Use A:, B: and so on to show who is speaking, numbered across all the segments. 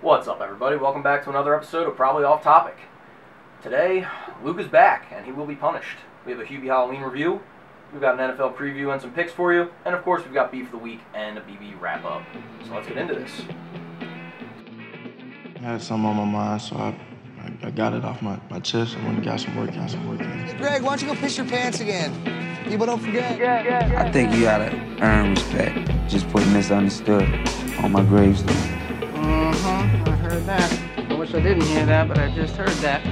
A: What's up, everybody? Welcome back to another episode of Probably Off Topic. Today, Luke is back, and he will be punished. We have a Hubie Halloween review, we've got an NFL preview and some picks for you, and of course, we've got Beef of the Week and a BB wrap up. So let's get into this.
B: I had something on my mind, so I, I, I got it off my, my chest. I went and got some work, got some work in.
C: Greg, why don't you go piss your pants again? Yeah, but don't forget.
D: I think you gotta earn respect. Just put misunderstood on my gravestone.
E: Mm-hmm. I heard that. I wish I didn't hear that, but I just heard that.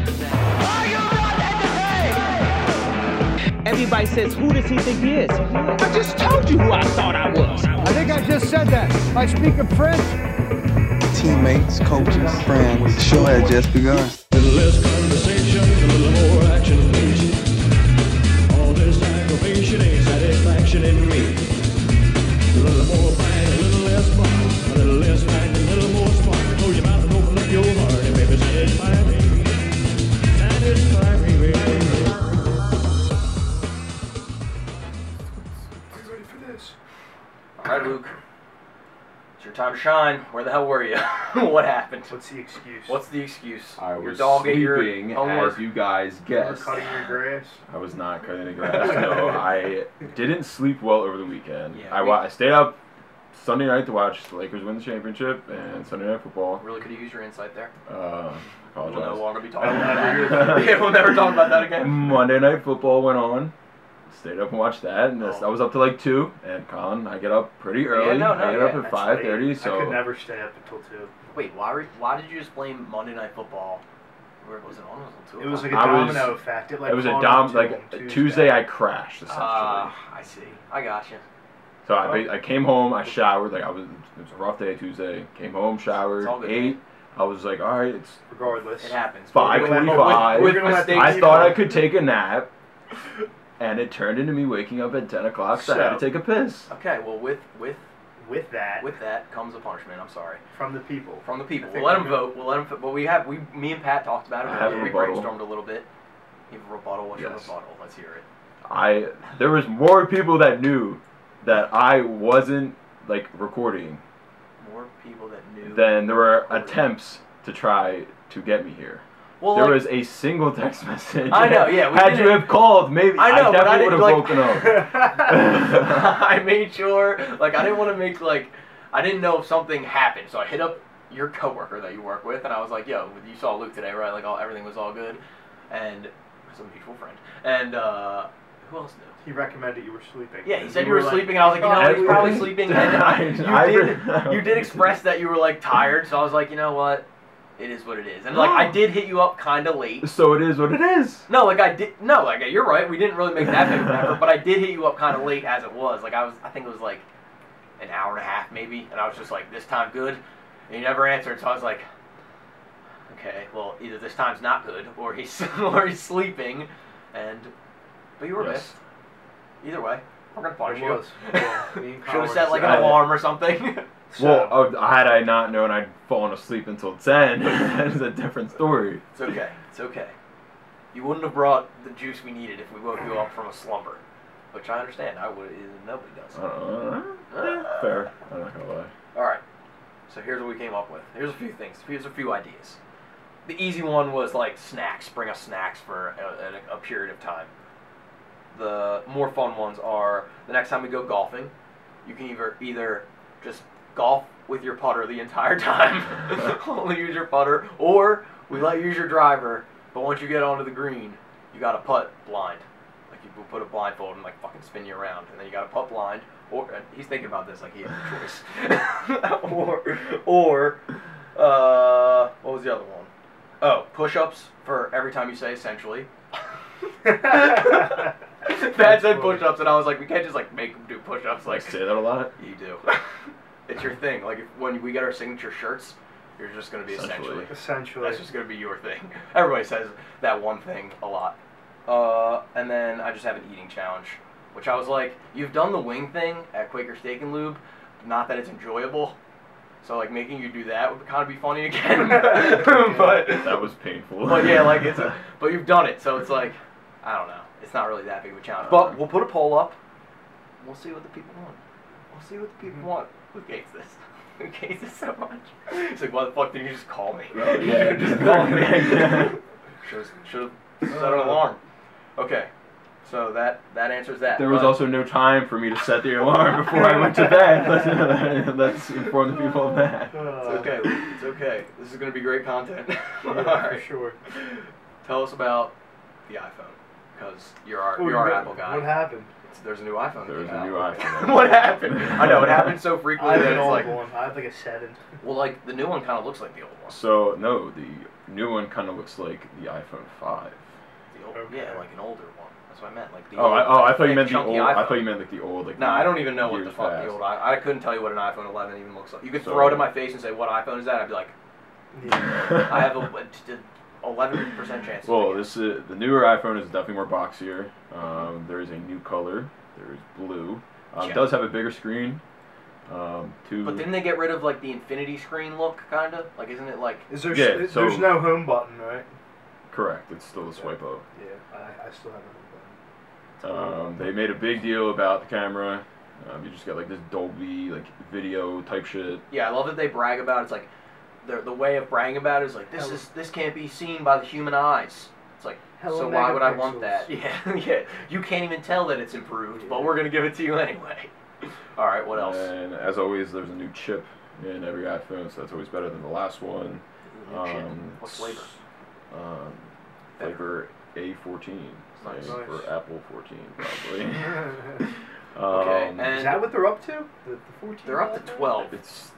F: Everybody says, who does he think he is? I just told you who I thought I was.
C: I think I just said that. I speak of French.
D: Teammates, coaches, friends. Show had just begun.
G: Little less conversation, a little more action, please. All this aggravation ain't satisfaction in me. A little more bite, a little less bite, a little less bite, a little more spark. Close your mouth and open up your heart, and baby, satisfy me. Satisfy me, baby.
A: All right, Luke. It's your time to shine. Where the hell were you? what happened?
H: What's the excuse?
A: What's the excuse?
I: I
A: your
I: was
A: dog ate your
I: sleeping,
A: homework.
I: as you guys
H: We're
I: guessed.
H: cutting your grass?
I: I was not cutting the grass. no, I didn't sleep well over the weekend.
A: Yeah,
I: I,
A: we-
I: wa- I stayed up Sunday night to watch the Lakers win the championship and Sunday night football.
A: Really could have used your insight there.
I: Uh,
A: We'll no
I: apologize.
A: longer be talking
I: I'll
A: about
I: never
A: that.
I: hear that.
A: yeah, we'll never talk about that again.
I: Monday night football went on. Stayed up and watched that, and this,
A: Oh.
I: I was up to like two. And Colin, I get up pretty early.
A: no, no,
I: I get
A: yeah,
I: up at
H: That's
I: five
H: late.
I: thirty. So
H: I could never stay up until 2.
A: Wait, why, were, why did you just blame Monday Night Football? Where was it on? Was it, two
H: It was like a
I: I was-
H: domino effect. It, like,
I: it was a
H: caught
I: dom
H: on
I: like
H: on
I: Tuesday. I crashed essentially.
A: Ah, I see. I got you.
I: So I, ba- I came home, I showered, like I was it was a rough day Tuesday. Came home, showered,
A: It's all good,
I: ate. I was like, all right, it's
H: Regardless.
A: It happens.
I: five
H: We're gonna let-
I: forty-five.
H: we're gonna let
I: I
H: Dave
I: thought
H: know.
I: I could take a nap, and it turned into me waking up at ten o'clock. So, I had to
H: So-
I: take a piss.
A: Okay, well, with with
H: With that,
A: with that comes a punishment. I'm sorry
H: from the people.
A: from the people.
H: I
A: We'll
H: think
A: let
H: we
A: them
H: know.
A: vote. We'll let them. But we have we me and Pat talked about it.
I: I have a
A: earlier. We
I: rebuttal.
A: brainstormed a little bit. You have a rebuttal. What's your
I: Yes.
A: rebuttal? Let's hear it.
I: I there was more people that knew that I wasn't like recording
A: More people that knew.
I: than there were
A: Recording.
I: attempts to try to get me here.
A: well,
I: there
A: like,
I: was a single text message.
A: I know, yeah, we
I: Had you
A: didn't-
I: have called, maybe
A: I know, but I
I: definitely would
A: didn't
I: have
A: like.
I: woken up.
A: I made sure, like, I didn't want to make like, I didn't know if something happened, so I hit up your coworker that you work with, and I was like, "Yo, you saw Luke today, right? Like, all everything was all good," and it's a mutual friend, and uh, who else knew?
H: He recommended you were sleeping.
A: Yeah, he said you
H: were
A: were
H: like,
A: sleeping, and I was like, you know,
I: Everything.
A: he's probably sleeping. And I- you
I: I-
A: did, you did express that you were like tired, so I was like, you know what, it is what it is. And like, I did hit you up kind of late.
I: So it is what it is.
A: No, like I did. No, like you're right. We didn't really make that big of an effort, but I did hit you up kind of late as it was. Like I was, I think it was like an hour and a half maybe, and I was just like, this time good, and you never answered. So I was like, okay, well either this time's not good, or he's or he's sleeping, and but you were
I: Yes.
A: missed. Either way, we're gonna punish
H: It
A: you.
H: was. Yeah, me and Kyle
A: Should have
H: were
A: set like oh, an
I: decided.
A: alarm or something.
H: So,
I: Well, oh, had I not known, I'd fallen asleep until ten. that is a different story.
A: it's okay. It's okay. You wouldn't have brought the juice we needed if we woke you up from a slumber, which I understand. I would. Nobody does.
I: I don't know. Uh, Yeah, fair. I'm not gonna lie.
A: All right. So here's what we came up with. Here's a few things. Here's a few ideas. The easy one was like snacks. Bring us snacks for a, a, a period of time. The more fun ones are the next time we go golfing, you can either either just golf with your putter the entire time, only use your putter, or we let you use your driver. But once you get onto the green, you got to putt blind. Like you put a blindfold and like fucking spin you around, and then you got to putt blind. Or and he's thinking about this like he has a choice. or or uh, what was the other one? Oh, push-ups for every time you say essentially. Pat said
H: That's funny.
A: push-ups, and I was like, we can't just like make him do push-ups.
I: I
A: Like
I: say that a lot.
A: you do. it's your thing. Like if, when we get our signature shirts, you're just gonna be essentially.
I: Essentially.
H: Essentially.
A: That's just gonna be your thing. Everybody says that one thing a lot. Uh, and then I just have an eating challenge, which I was like, you've done the wing thing at Quaker Steak and Lube, not that it's enjoyable. So like making you do that would kind of be funny again. but
I: That was painful.
A: but yeah, like it's a, but you've done it, so it's like I don't know. It's not really that big of a challenge. But we'll Mm-hmm. put a poll up. We'll see what the people want. We'll see what the people want. Who hates this? who hates it so much. He's like, why the fuck didn't you just call me?
I: Oh, yeah,
A: just
I: just
A: call
I: call
A: me.
I: me.
A: Should have set an alarm. Okay, so that that answers that.
I: There was
A: but-
I: also no time for me to set the alarm before I went to bed. Let's, let's inform the people of
H: Uh,
I: that.
A: It's okay. It's okay. This is gonna be great content. All
H: Yeah, for
A: right.
H: sure.
A: Tell us about the iPhone, because you're our
H: Ooh,
A: you're our
H: what-
A: Apple guy.
H: What happened?
A: It's- There's a new iPhone.
I: There's
A: that
I: a
A: came
I: new
A: out.
I: iPhone.
A: what happened? I know it happened so
H: I
A: frequently
H: have
A: that
H: an
A: it's
H: old
A: like,
H: one. I have like a seven.
A: well, like the new one kind of looks like the old one.
I: So no, the new one kind of looks like the iPhone five.
A: The old,
H: Okay.
A: yeah, like an older one. That's what I meant. Like the
I: Oh, I,
A: old,
I: oh, I thought you
A: thick,
I: meant the
A: chunky
I: old.
A: iPhone.
I: I thought you meant like the old. Like
A: No, I don't even know what
I: years
A: the fuck
I: past.
A: the old. I, I couldn't tell you what an iPhone 11 even looks like. You could
I: So-
A: throw it in my face and say, "What iPhone is that?" I'd be like, "I have a 11 percent chance." to
I: Well,
A: get it."
I: this is, the newer iPhone is definitely more boxier. Um, there is a new color. There is blue. Um,
A: Yeah.
I: Does have a bigger screen. Um, two.
A: But didn't they get rid of like the infinity screen look, kind of? Like, isn't it like?
H: Is there?
I: Yeah, so-
H: there's no home button, right?
I: correct. It's still a swipe up.
H: Yeah, I, I still have a
I: Um, they made a big deal about the camera. Um, you just got like this Dolby like video type shit.
A: Yeah, I love that they brag about. It. It's like, the the way of bragging about it is like this is this can't be seen by the human eyes. It's like,
H: Hello,
A: so why would I want
H: megapixels.
A: that? Yeah, yeah. You can't even tell that it's improved, but
H: Yeah.
A: we're gonna give it to you anyway. All right, what else?
I: And as always, there's a new chip in every iPhone, so that's always better than the last one.
A: New chip.
I: um,
A: what flavor?
I: Um, flavor A14,
A: Nice.
I: like,
H: Nice.
I: for Apple 14 probably.
H: phone.
A: Okay,
I: Um,
A: and-
H: Is that what they're up to? The, the 14
A: They're up to
H: iPhone?
A: 12.
I: Oh, It's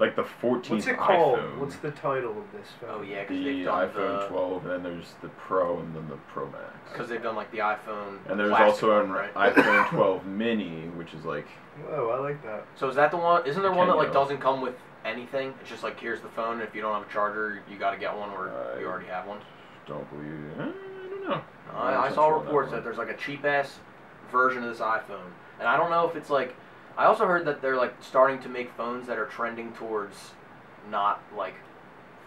I: like the 14th
H: What's it called?
I: iPhone.
H: What's the title of this phone?
A: Oh yeah,
I: the
A: because they've done
I: iPhone
A: the
I: 12, and then there's the Pro, and then the Pro Max.
A: because they've done like the iPhone.
I: And there's
A: plastic
I: also an
A: one, right?
I: iPhone 12 Mini, which is like
H: Oh, I like that.
A: So is that the one? Isn't there
I: You
A: one that
I: can't
A: like
I: get one.
A: doesn't come with anything? It's just like here's the phone. And if you don't have a charger, you got to get one, or
I: Uh,
A: you already have one.
I: don't believe. eh, I don't know. I'm
A: I, I
I: not
A: saw
I: sure on
A: reports that,
I: one.
A: there's like a cheap ass version of this iPhone, and I don't know if it's like. I also heard that they're like starting to make phones that are trending towards not like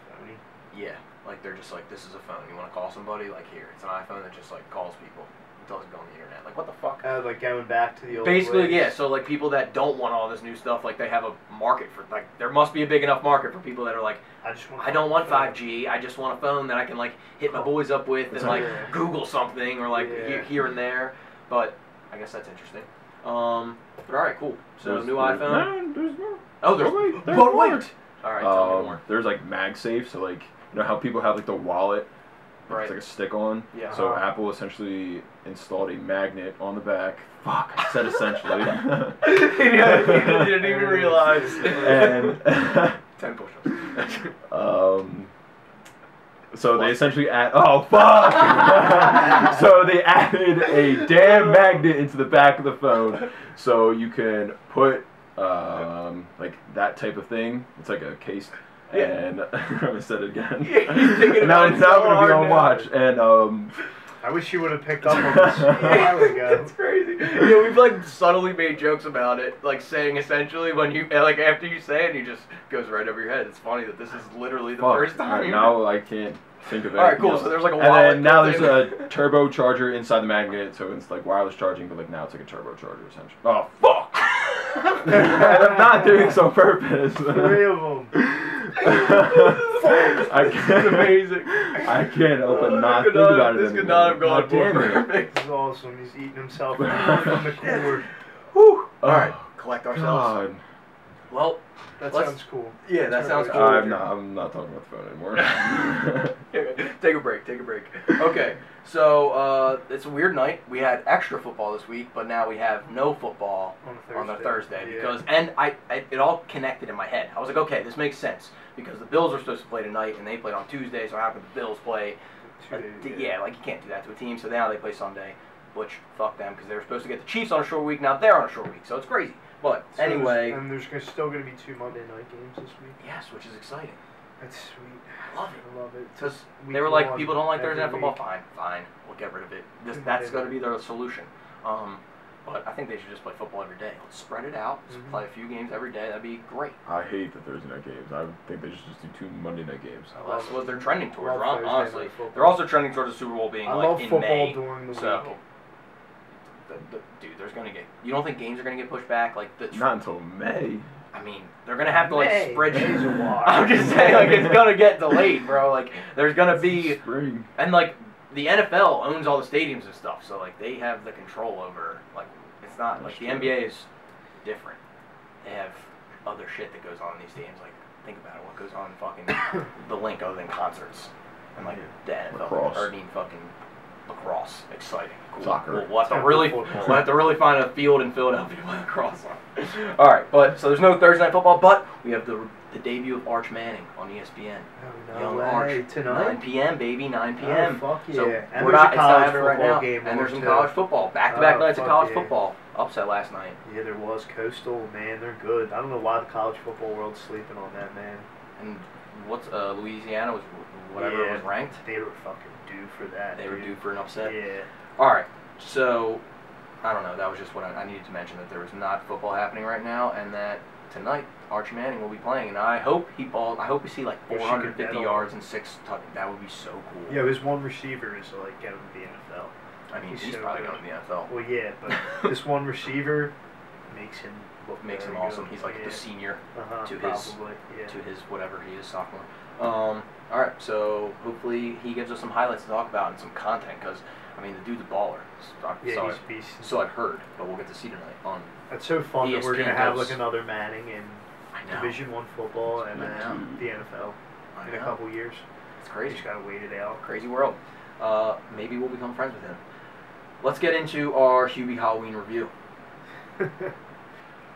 H: Sony.
A: yeah, like they're just like this is a phone. You want to call somebody? Like here, it's an iPhone that just like calls people. It doesn't go on the internet. Like what the fuck?
H: Uh, like going back to the old.
A: Basically,
H: ways.
A: yeah. So like people that don't want all this new stuff, like they have a market for like there must be a big enough market for people that are like
H: I just want.
A: I don't want 5G. I just want a phone that I can like hit my boys up with and like
H: Yeah.
A: Google something or like
H: Yeah.
A: he- here and there. But I guess that's interesting. Um, but all right, cool. So
I: There's-
A: new
I: there's-
A: iPhone.
I: No, there's more.
A: Oh, there's,
I: Oh, wait, there's
A: but
I: more.
A: wait. All right, tell me
I: Um,
A: more.
I: There's like MagSafe, so like you know how people have like the wallet, like,
A: Right.
I: it's like a stick on.
A: Yeah.
I: So
H: Uh-huh.
I: Apple essentially installed a magnet on the back. Fuck, I said essentially.
A: didn't even realize.
I: and
A: Ten push-ups.
I: um, so they essentially add. Oh fuck! so they added a damn magnet into the back of the phone, so you can put um, like that type of thing. It's like a case.
A: Yeah.
I: And I'm gonna say it again.
A: Yeah, he's thinking
I: now
A: about it
I: it's now
A: so
I: gonna
A: hard
I: be
A: now.
I: on watch, and um,
H: I wish you would have picked up on this a while ago.
A: It's crazy. Yeah, we've like subtly made jokes about it, like saying essentially when you like after you say it, it just goes right over your head. It's funny that this is literally the
I: Fuck.
A: first time.
I: Alright, now I can't think of it.
A: Alright, cool, so there's like a wallet
I: And then now
A: built
I: there's
A: in.
I: a turbocharger inside the magnet, so it's like wireless charging, but like now it's like a turbocharger essentially. Oh fuck! I'm not doing this on purpose.
H: Three of them.
I: I
A: This
I: can't,
A: is amazing.
I: I can't help but
A: Oh,
I: not
A: could
I: think about it.
A: This could not have
I: anymore.
A: gone more
I: God damn it.
A: perfect.
H: This is awesome. He's eating himself from the cord.
A: Whew. All
I: Oh,
A: right, collect ourselves.
I: God.
A: Well,
H: That
A: Let's-
H: sounds cool.
A: yeah, that sounds cool.
I: I'm not, I'm not talking about the phone anymore.
A: take a break. Take a break. Okay, so uh, it's a weird night. We had extra football this week, but now we have no football
H: On a
A: on the
H: Thursday.
A: Thursday
H: Yeah.
A: because and I, I it all connected in my head. I was like, okay, this makes sense because the Bills were supposed to play tonight and they played on Tuesday, so how could the Bills play?
H: Two
A: uh,
H: days,
A: d- yeah. like you can't do that to a team. So now they play Sunday, which fuck them because they were supposed to get the Chiefs on a short week. Now they're on a short week, so it's crazy. But
H: So there's-
A: anyway,
H: and there's gonna, still going to be two Monday night games this week.
A: yes, which is exciting
H: That's sweet.
A: I love it.
H: I love it.
A: because
H: Week
A: they were like,
H: one,
A: people don't like
H: every
A: Thursday night football.
H: week. Mm-hmm.
A: Fine, fine, we'll get rid of it. This,
H: Good
A: that's
H: Monday
A: going to
H: night.
A: be their solution. Um, but I think they should just play football every day. Let's spread it out. Let's
H: Mhm.
A: play a few games every day. That'd be great.
I: I hate the Thursday night games. I think they should just do two Monday night games.
A: Well, that's what they're trending towards,
H: Love
A: hon-
H: Thursday night
A: honestly.
H: football.
A: They're also trending towards the Super Bowl being
H: I
A: like
H: love
A: in
H: football
A: May.
H: during the
A: so,
H: week.
A: th- th- dude, there's gonna get. You don't think games are gonna get pushed back? Like the tr-
I: Not until May.
A: I mean, they're gonna have to like
H: May.
A: spread
H: May's a
A: you.
H: wash.
A: I'm just saying, like it's gonna get delayed, bro. Like there's gonna be
I: Spring.
A: and like the NFL owns all the stadiums and stuff, so like they have the control over like it's not like the NBA is different. They have other shit that goes on in these stadiums. Like think about it, what goes on in fucking the link other than concerts and like the NFL
I: Lacrosse.
A: or I mean fucking lacrosse, exciting, cool.
I: Soccer.
A: We'll, we'll have to
H: Temple
A: really
H: football.
A: we'll have to really find a field in Philadelphia with lacrosse on. All right, but so there's no Thursday night football, but we have the the debut of Arch Manning on E ESPN.
H: Oh, no
A: Young
H: way.
A: Arch. 9
H: tonight.
A: p.m. baby, 9
H: Oh,
A: p.m.
H: fuck yeah.
A: So
H: And
A: we're
H: there's
A: not
H: a
A: it's
H: college
A: not happening right
H: football
A: now.
H: game
A: and
H: on,
A: there's some
H: too.
A: college football. Back-to-back
H: Oh,
A: nights of
H: fuck
A: college
H: yeah.
A: football. Upset last night.
H: Yeah, there was Coastal, man. They're good. I don't know why the college football world's sleeping on that, man.
A: And what's uh, Louisiana was whatever
H: Yeah.
A: was ranked.
H: They were fucking due for that.
A: They were due
H: dude.
A: for an upset.
H: Yeah.
A: All right. So I don't know. That was just what I, I needed to mention that there was not football happening right now, and that tonight Arch Manning will be playing, and I hope he ball. I hope we see like
H: Wish he could
A: 450
H: medal.
A: yards and six touch. That would be so cool.
H: Yeah, his one receiver is like getting to the NFL.
A: I mean,
H: he's
A: he's,
H: so
A: probably
H: good.
A: going to the NFL.
H: Well, yeah, but this one receiver makes him look
A: Makes him
H: very
A: awesome.
H: good.
A: He's like
H: yeah.
A: the senior
H: uh-huh,
A: to his-
H: probably. yeah.
A: to his whatever he is sophomore. Um, all right, so hopefully he gives us some highlights to talk about and some content because I mean the dude's a baller. So I-
H: yeah,
A: so,
H: he's
A: I-
H: beast.
A: so I've heard, but we'll get to see tonight Um, on.
H: That's so fun that we're
A: ESPN
H: gonna have
A: does.
H: like another Manning in
A: I
H: Division One football and
A: I know.
H: then the NFL
A: I
H: in a
A: know.
H: couple years.
A: It's
H: We
A: crazy,
H: just gotta wait it out.
A: crazy world. Uh, maybe we'll become friends with him. Let's get into our Hubie Halloween review.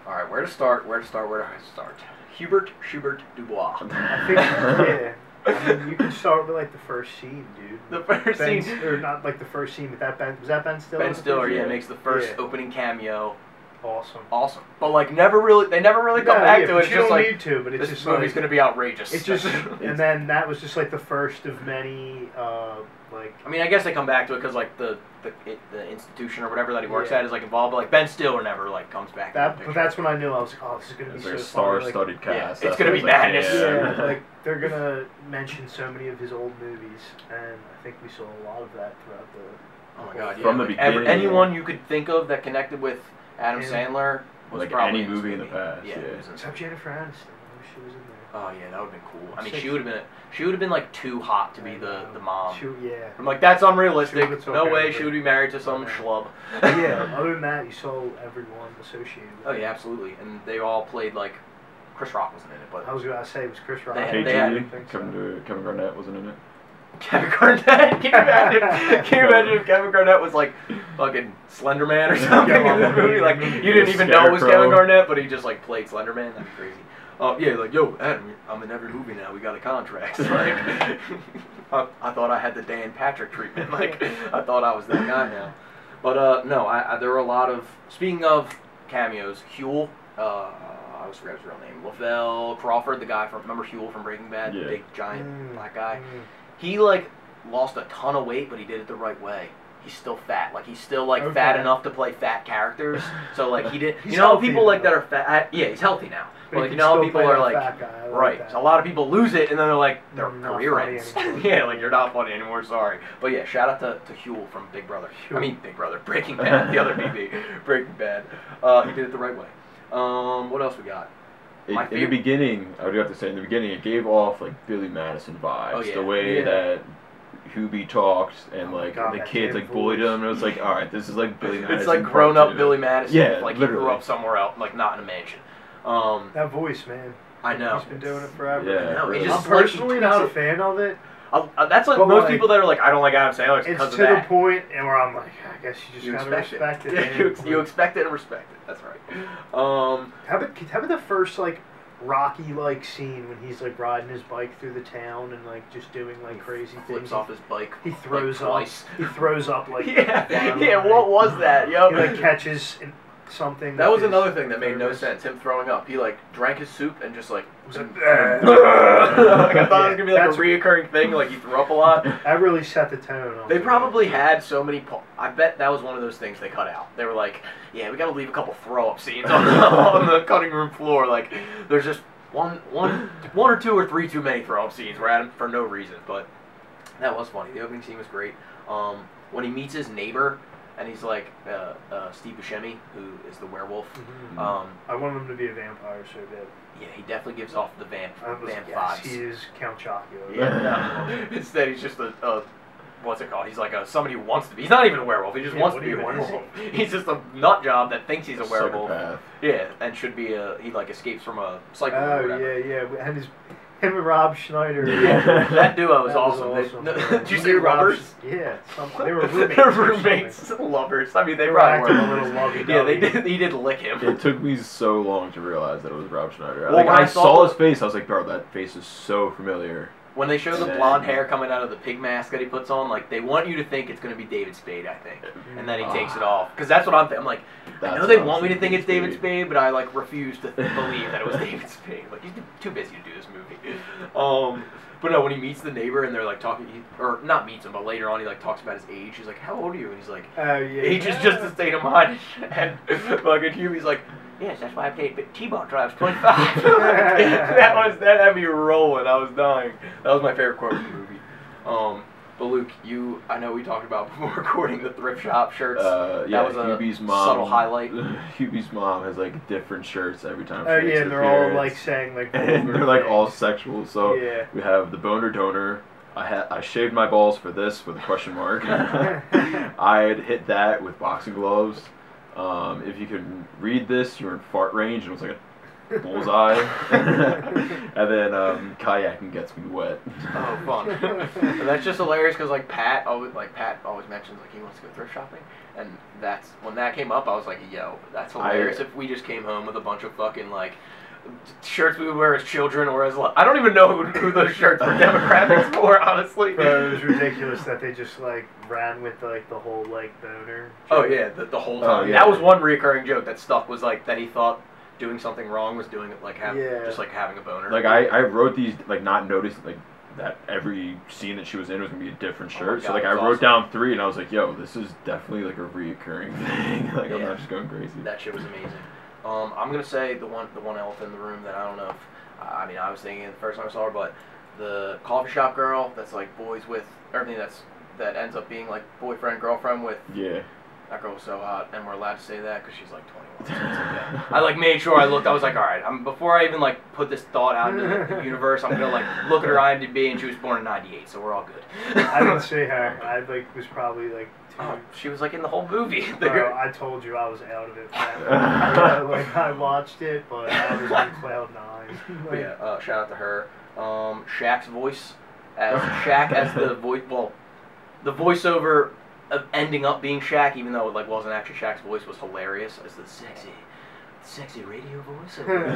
A: All right, where to start? Where to start? Where to start? Hubert Schubert Dubois.
H: I think, yeah. I mean, you can start with like the first scene, dude.
A: The first
H: Ben,
A: scene.
H: or not like the first scene, but that Ben was that Ben Stiller. in
A: Ben
H: the first
A: Stiller, yeah,
H: scene?
A: makes the first
H: Yeah.
A: opening cameo.
H: awesome.
A: awesome. But like never really, they never really come
H: No,
A: back
H: yeah,
A: to
H: but
A: it. It's
H: You
A: just
H: don't
A: like
H: need to, but it's
A: this
H: just
A: movie's
H: like,
A: gonna be outrageous.
H: It's just,
I: It's-
H: and then that was just like the first of many, uh, like
A: I mean, I guess they come back to it because like the the, it, the institution or whatever that he works
H: Yeah.
A: at is like involved, but like Ben Stiller never like comes back. in
H: that.
A: the
H: But
A: picture.
H: that's when I knew I was like, oh, this is gonna be
I: It's
H: so
I: their
H: funny, like,
I: star-studded
A: Yeah,
I: cast.
A: it's
I: That's
A: gonna
I: what
A: be
I: I was like,
A: madness.
H: Yeah,
I: yeah.
H: like they're gonna mention so many of his old movies, and I think we saw a lot of that throughout the.
A: oh my god. Yeah.
I: From the
A: Like, every-
I: beginning.
A: anyone you could think of that connected with Adam
H: Yeah.
A: Sandler was
I: Like
A: probably
I: any
A: this
I: movie in the past,
A: Yeah. it
I: yeah.
A: was in-
H: Except Jennifer Aniston, I wish she was in there.
A: Oh yeah, that would've been cool. I mean,
H: Six.
A: she would've been she would've been like too hot to be the the mom.
H: She, yeah.
A: I'm like, that's unrealistic.
H: It's
A: no
H: okay,
A: way
H: but-
A: she would be married to some
H: Okay.
A: schlub.
H: yeah. Other than that, you saw everyone associated. With
A: Oh
H: it.
A: yeah, absolutely. And they all played like Chris Rock wasn't in it, but
H: I was gonna say it was Chris Rock.
A: They had-
I: KG,
A: they had-
I: Kevin, Dur- Kevin Garnett wasn't in it.
A: Kevin Garnett. Can you imagine? Can you imagine if Kevin Garnett was like fucking Slender Man or something in this movie? Like you didn't even know it was Kevin Garnett, but he just like played Slender Man. That'd be crazy. Oh yeah, like yo Adam, I'm in every movie now. We got a contract. Like I, I thought I had the Dan Patrick treatment. Like I thought I was that guy now. But uh, no, I, I, there were a lot of. Speaking of cameos, Huel. Uh, I always forgot his real name. Lavelle Crawford, the guy from remember Huel from Breaking Bad,
I: Yeah.
A: big giant
H: Mm,
A: black guy.
H: mm.
A: He like lost a ton of weight, but he did it the right way. He's still fat. Like he's still like fat
H: Okay.
A: enough to play fat characters. So like he did.
H: He's
A: you know how
H: healthy
A: people like
H: now.
A: that are fat. I- yeah, he's healthy now. But,
H: But he
A: like you
H: can
A: know how
H: still
A: people
H: play
A: are
H: that
A: like
H: fat guy. I like
A: right.
H: that.
A: So a lot of people lose it and then they're like their
H: You're not
A: career
H: funny
A: ends.
H: anymore.
A: yeah, like you're not funny anymore. Sorry. But yeah, shout out to, to Huel from Big Brother. I
H: Huel.
A: mean Big Brother, Breaking Bad, the other BB, Breaking Bad. Uh, he did it the right way. Um, what else we got?
I: It,
A: My
I: in the
A: favorite-
I: beginning, I would have to say, in the beginning, it gave off like Billy Madison vibes.
A: Oh, yeah.
I: The way
H: Yeah.
I: that Hubie talked and
H: Oh, my
I: like
H: God,
I: the
H: that
I: kids
H: damn
I: like bullied
H: voice.
I: him, and it was like, all right, this is like Billy Madison.
A: It's like
I: part
A: grown up
I: two.
A: Billy Madison.
I: Yeah,
A: like he grew
I: literally.
A: up somewhere else, like not in a mansion. Um,
H: That voice, man.
A: I know.
H: He's been doing it forever.
I: Yeah.
A: No, it
I: really.
H: I'm
A: just like,
H: personally not a fan of it.
A: I, I, uh, that's like
H: But,
A: most
H: like,
A: people that are like, I don't like Adam Sandler
H: It's
A: because
H: to
A: of
H: the
A: that.
H: point, and where I'm like, I guess you just
A: you
H: gotta
A: expect,
H: respect it.
A: it.
H: man.
A: you, ex- you expect it and respect it. That's right. Um,
H: How about, how about the first like Rocky like scene when he's like riding his bike through the town and like just doing like crazy
A: flips
H: things.
A: off his bike.
H: he throws
A: like,
H: up.
A: twice.
H: He throws up like
A: yeah,
H: wild,
A: yeah.
H: like,
A: What was that, yo?
H: He like catches in- something.
A: that was
H: with his
A: another thing that made no
H: fingers.
A: sense. Him throwing up. He like drank his soup and just like.
H: It was like,
A: like I thought it was gonna be like
H: That's-
A: a reoccurring thing. Like he threw up a lot.
H: that really set the tone. I was
A: They
H: like,
A: probably had so many. Pa- I bet that was one of those things they cut out. They were like, "Yeah, we got to leave a couple throw-up scenes on the, on the cutting room floor." Like, there's just one, one, one or two or three too many throw-up scenes. We're at 'em for no reason, but that was funny. The opening scene was great. Um, when he meets his neighbor and he's like uh, uh, Steve Buscemi, who is the werewolf.
H: Mhm.
A: Um,
H: I want him to be a vampire so bad.
A: yeah, he definitely gives off the vamp
H: I was
A: vamp
H: yes,
A: vibes.
H: he is Count Chocula.
A: Yeah, no. Instead, he's just a, a what's it called? He's like a somebody who wants to be. He's not even a werewolf. He just
H: Yeah,
A: wants to
H: what
A: be a
H: even is
A: werewolf. He's just a nut job that thinks he's a werewolf.
I: Psychopath.
A: Yeah, and should be a he like escapes from a psycho. or
H: Oh
A: whatever.
H: yeah, yeah, and his him and Rob Schneider.
I: Yeah.
A: that duo is
H: That was
A: awesome. They-
H: awesome.
A: Did you see
H: Rob-
A: rubbers?
H: Yeah, some, they were roommates.
A: They're
H: or something.
A: roommates, lovers. I mean, they,
H: They were
A: probably
H: acting
A: were
H: a little
A: lovers. Yeah, they
H: lovey-dovey.
A: did. He did lick him.
I: It took me so long to realize that it was Rob Schneider. I
A: Well,
I: think
A: when
I: I,
A: I saw
I: saw
A: the-
I: his face. I was like, bro, that face is so familiar.
A: When they show the
I: Yeah.
A: blonde hair coming out of the pig mask that he puts on, like they want you to think it's going to be David Spade, I think, and then he takes it off because that's what I'm. Th- I'm like, I
I: That's
A: know they
I: what
A: want
I: I'm
A: me to think it's David
I: thinking.
A: Spade, but I like refuse to th- believe that it was David Spade. Like he's too busy to do this movie. Um, but no, when he meets the neighbor and they're like talking, he, or not meets him, but later on he like talks about his age. He's like, "How old are you?" And he's like,
H: Oh yeah.
A: Age is just a state of mind. And fucking Hubie's like, yes, that's why I played T-Bone till I was 25. that was that had me rolling. I was dying. That was my favorite quote from the movie. Um, but Luke, you, I know we talked about before recording the thrift shop shirts.
I: Uh, yeah,
A: that was a
I: Hubie's mom.
A: subtle highlight.
I: Hubie's mom has like different shirts every time.
H: Oh
I: she makes
H: yeah,
I: an
H: and they're all
I: appearance.
H: like saying like.
I: and
H: vulgar
I: they're like all
H: things.
I: sexual. So
H: Yeah.
I: we have the boner donor. I had I shaved my balls for this with a question mark. I had hit that with boxing gloves. Um, if you can read this, you're in fart range, and it was like a bullseye. and then um, kayaking gets me wet.
A: Oh, fun. And that's just hilarious because like Pat always like Pat always mentions like he wants to go thrift shopping, and that's when that came up. I was like, yo, that's
I: I-
A: hilarious. if we just came home with a bunch of fucking like shirts we would wear as children or as li- I don't even know who, who those shirts were demographics for, honestly.
H: Bro, Uh, it was ridiculous that they just like ran with like the whole like boner.
A: Oh yeah, the, the whole
I: Oh,
A: time.
I: yeah.
A: That was one recurring joke that stuck was like that he thought doing something wrong was doing it like have,
H: Yeah.
A: just like having a boner.
I: Like I, I wrote these like not noticing like that every scene that she was in was gonna be a different
A: Oh my
I: shirt. so
A: God,
I: like I
A: that's
I: wrote
A: awesome.
I: down three and I was like, yo, this is definitely like a reoccurring thing. like I'm
A: Yeah.
I: not just going crazy.
A: That shit was amazing. Um, I'm gonna say the one the one elephant in the room that I don't know if I mean I was thinking it the first time I saw her, but the coffee shop girl that's like boys with everything that's that ends up being like boyfriend girlfriend with
I: Yeah.
A: that girl was so hot and we're allowed to say that because she's like 21. so it's okay. I like made sure I looked. I was like, all right, I'm before I even like put this thought out into the universe, I'm gonna like look at her IMDb and she was born in '98, so we're all good.
H: I didn't see her. I like was probably like. Two.
A: Oh, she was like in the whole movie. The
H: Bro, I told you I was out of it. man. like I watched it, but I was on cloud nine.
A: But yeah, uh, shout out to her. Um, Shaq's voice as Shaq as the voice. Well, the voiceover of ending up being Shaq, even though it like wasn't actually Shaq's voice, was hilarious. As the sexy, sexy radio voice over,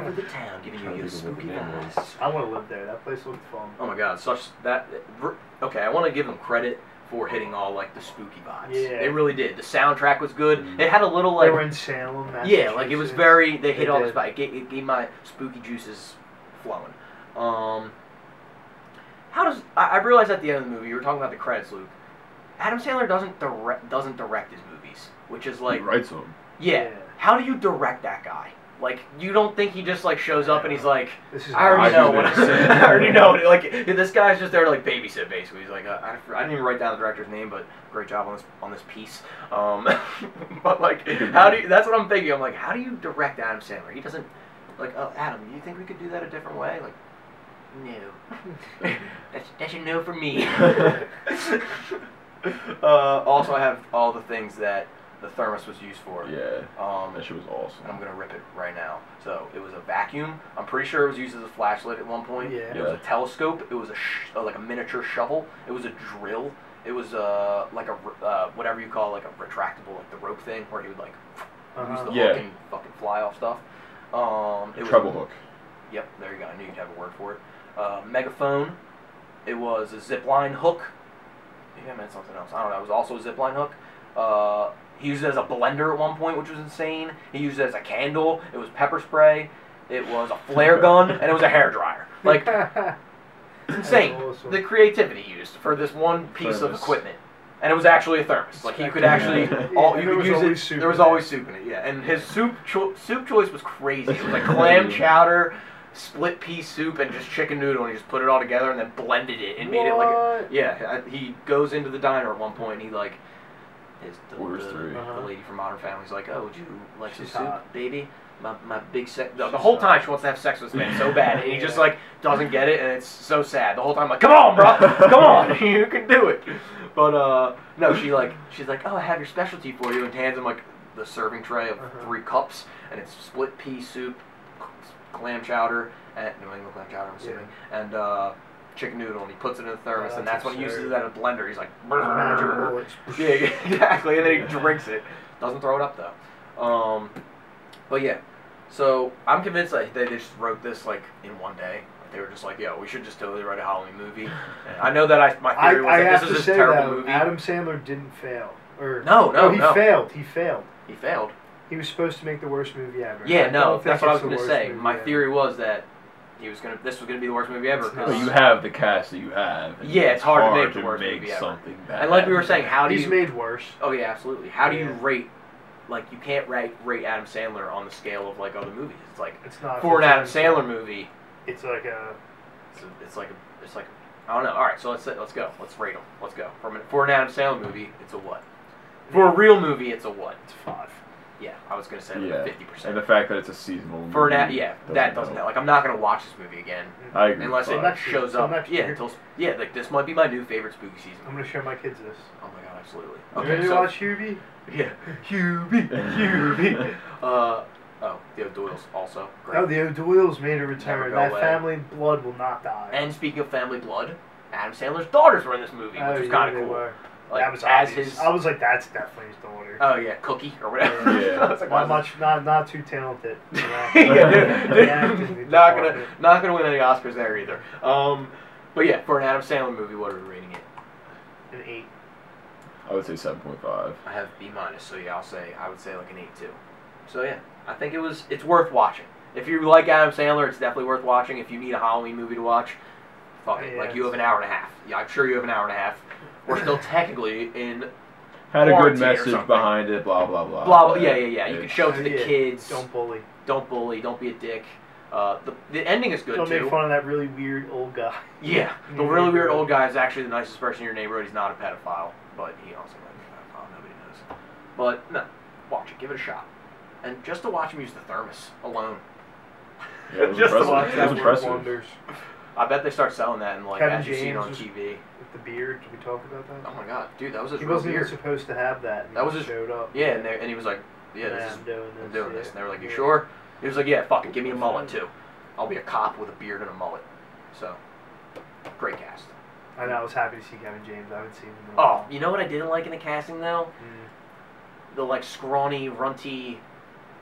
A: over the town, giving you your spooky vibes.
H: I want to live there. That place looked fun.
A: Oh my God, such that. Okay, I want to give them credit for hitting all like the spooky vibes.
H: Yeah. Mm-hmm.
A: They really did. The soundtrack was good. It had a little like
H: they were in Salem.
A: yeah, like it was
H: Massachusetts.
A: very. They hit
H: They
A: all this.
H: did.
A: But it gave, it gave my spooky juices flowing. Um, how does I, I realized at the end of the movie you were talking about the credits, Luke? Adam Sandler doesn't direct doesn't direct his movies, which is like
I: he writes them.
A: yeah.
H: Yeah.
A: How do you direct that guy? Like you don't think he just like shows up and he's like,
H: This is
A: I already
I: I
A: know
I: do
A: what I
I: this.
A: said. I already know it. Like this guy's just there to like babysit basically. He's like, uh, I, I didn't even write down the director's name, but great job on this on this piece. Um, but like, how do you? That's what I'm thinking. I'm like, how do you direct Adam Sandler? He doesn't like. Oh, Adam, you think we could do that a different way? Like, no. that's that's a no for me. uh, also, I have all the things that the thermos was used for.
I: Yeah.
A: Um,
I: That shit was
A: and I'm
I: awesome.
A: gonna rip it right now. So it was a vacuum. I'm pretty sure it was used as a flashlight at one point.
H: Yeah.
A: It was a telescope. It was a sh- uh, like a miniature shovel. It was a drill. It was uh, like a r- uh, whatever you call like a retractable like the rope thing where he would like use
H: Uh-huh.
A: the
I: Yeah.
A: hook and fucking fly off stuff. Um, it
I: Treble
A: was,
I: hook.
A: Yep, there you go. I knew you'd have a word for it. Uh, megaphone. It was a zipline hook. Maybe I meant something else. I don't know. It was also a zipline hook. Uh, he used it as a blender at one point, which was insane. He used it as a candle. It was pepper spray. It was a flare gun, and it was a hair dryer. Like it's insane.
H: That's awesome.
A: The creativity used for this one piece of
I: Thermos.
A: equipment, and it was actually a thermos. Like you could actually,
I: Yeah,
A: all,
H: and
A: you
H: there
A: could
H: was
A: use it.
H: always soup
A: there was
H: in it.
A: always soup in it. Yeah, and his soup cho- soup choice was crazy. It was like clam chowder, split pea soup, and just chicken noodle, and he just put it all together and then blended it and made it like. A,
H: What?
A: yeah, I, he goes into the diner at one point, and he like is the,
I: Orders
A: the,
I: three.
A: the
H: Uh-huh.
A: lady from Modern Family's like, oh, would you like
H: She's
A: some soup,
H: hot.
A: baby? My, my big sex. The, the
H: She's
A: whole
H: hot.
A: time she wants to have sex with this man so bad, and he just
H: Yeah.
A: like doesn't get it, and it's so sad. The whole time, like, come on, bro, come on, you can do it. But uh, no, she like she's like, oh, I have your specialty for you, and hands him like the serving tray of
H: Uh-huh.
A: three cups, and it's split pea soup, clam chowder, and New England clam chowder, I'm assuming, and uh, chicken noodle, and he puts it in a thermos,
H: Oh,
A: and that's
H: that's
A: when he uses
H: absurd.
A: that in a blender. He's like,
H: Magic bullets.
A: yeah, exactly, and then he drinks it. Doesn't throw it up though. Um, but yeah, so I'm convinced that they just wrote this like in one day. Like, They were just like, "Yo, we should just totally write a Halloween movie." And I know that I my
H: I,
A: theory was
H: I
A: that
H: have
A: this
H: to
A: is just
H: say
A: a terrible
H: that
A: movie.
H: Adam Sandler didn't fail. Or
A: No, no,
H: Oh, he
A: no.
H: failed. He failed.
A: he failed.
H: He was supposed to make the worst movie ever. I
A: Yeah,
H: don't
A: no,
H: think
A: that's what I was
H: it's the
A: gonna
H: worst
A: say.
H: movie
A: My
H: ever.
A: theory was that he was gonna. This was gonna be the worst movie ever.
H: It's
I: Well,
A: 'cause-
I: you have the cast that you have. and
A: Yeah, it's hard to make the
I: to
A: worst
I: make
A: movie ever.
I: something bad.
A: and like we were saying, how do
H: He's
A: you?
H: made worse.
A: oh yeah, absolutely. How do you
H: Yeah.
A: rate? Like you can't rate rate Adam Sandler on the scale of like other movies. It's like
H: It's not
A: for an Adam
H: it's-
A: Sandler movie,
H: It's like a
A: It's, a, it's like a, it's like a, I don't know. All right, so let's let's go. Let's rate them. Let's go. For, an- for an Adam Sandler movie, it's a what? For a real movie, it's a what?
H: it's five.
A: Yeah, I was gonna say
I: Yeah,
A: like fifty
I: and
A: percent.
I: the fact that it's a seasonal.
A: For an a-
I: movie
A: yeah, that doesn't help. Like I'm not gonna watch this movie again
I: I agree.
A: unless it
I: but-
H: Next year,
A: shows
H: till
A: up.
H: next
A: yeah,
H: year.
A: until yeah, like this might be my new favorite spooky season.
H: I'm gonna show my kids this.
A: Oh my god, absolutely.
H: Did
A: Okay,
H: you
A: so
H: watch Hubie?
A: yeah, Hubie, Hubie. uh, oh, the O'Doyle's also great.
H: Oh, the O'Doyle's made a
A: Never
H: return.
A: go
H: That
A: away.
H: family blood will not die.
A: and speaking of family blood, Adam Sandler's daughters were in this movie, which
H: Oh,
A: was
H: yeah,
A: kind
H: they
A: of cool.
H: were.
A: Like,
H: that was
A: as
H: obvious. Oh.
A: his
H: I was like, that's definitely his daughter.
A: Oh yeah, cookie or whatever.
I: Yeah.
A: I was like, why
H: not
A: is
H: much, not not too talented. you know?
A: this- yeah,
H: Yeah,
A: dude,
H: acting,
A: dude, not gonna
H: department.
A: not gonna win any Oscars there either. Um, but yeah, for an Adam Sandler movie, what are we rating it?
H: An eight.
I: I would say seven point five.
A: I have B minus, so yeah, I'll say I would say like an eight two. So yeah, I think it was it's worth watching. If you like Adam Sandler, it's definitely worth watching. If you need a Halloween movie to watch, fuck it.
H: Yeah,
A: like you have
H: it's-
A: an hour and a half. Yeah, I'm sure you have an hour and a half. We're still technically in
I: Had a good
A: Quarantine or
I: message
A: something.
I: behind it. Blah blah blah.
A: blah blah.
I: but
A: Yeah, yeah, yeah. You can
I: it's-
A: show it to
H: Oh,
A: the
H: yeah.
A: kids. Don't,
H: Don't bully.
A: bully. Don't be a dick. Uh, the, the ending is good
H: Don't
A: too.
H: make fun of that really weird old guy.
A: Yeah,
H: In
A: the
H: your
A: really weird
H: neighborhood.
A: old guy is actually the nicest person in your neighborhood. He's not a pedophile, but he also might be a pedophile. Nobody knows. But no, watch it. Give it a shot. And just to watch him use the thermos alone,
I: Yeah, it was
A: Just to
I: impressive.
A: watch
I: It
A: that
I: was
A: work
I: impressive.
H: wonders.
A: I bet they start selling that in like
H: Kevin
A: as you see it
H: James
A: on
H: was-
A: TV.
H: With the beard, did we talk about that?
A: Oh my god, dude, that was his
H: he
A: real
H: wasn't even
A: beard.
H: supposed to have that. and
A: That
H: he
A: was his-
H: showed up.
A: Yeah, and, they, and he was like, yeah,
H: Nah,
A: this is
H: I'm doing this.
A: I'm doing this. And they were like, you
H: Yeah.
A: sure? He was like, yeah, fuck it, give me a mullet too. I'll be a cop with a beard and a mullet. So, great cast.
H: I know. I was happy to see Kevin James. I haven't seen him. in a
A: Oh,
H: while.
A: you know what I didn't like in the casting though?
H: Mm.
A: the like scrawny, runty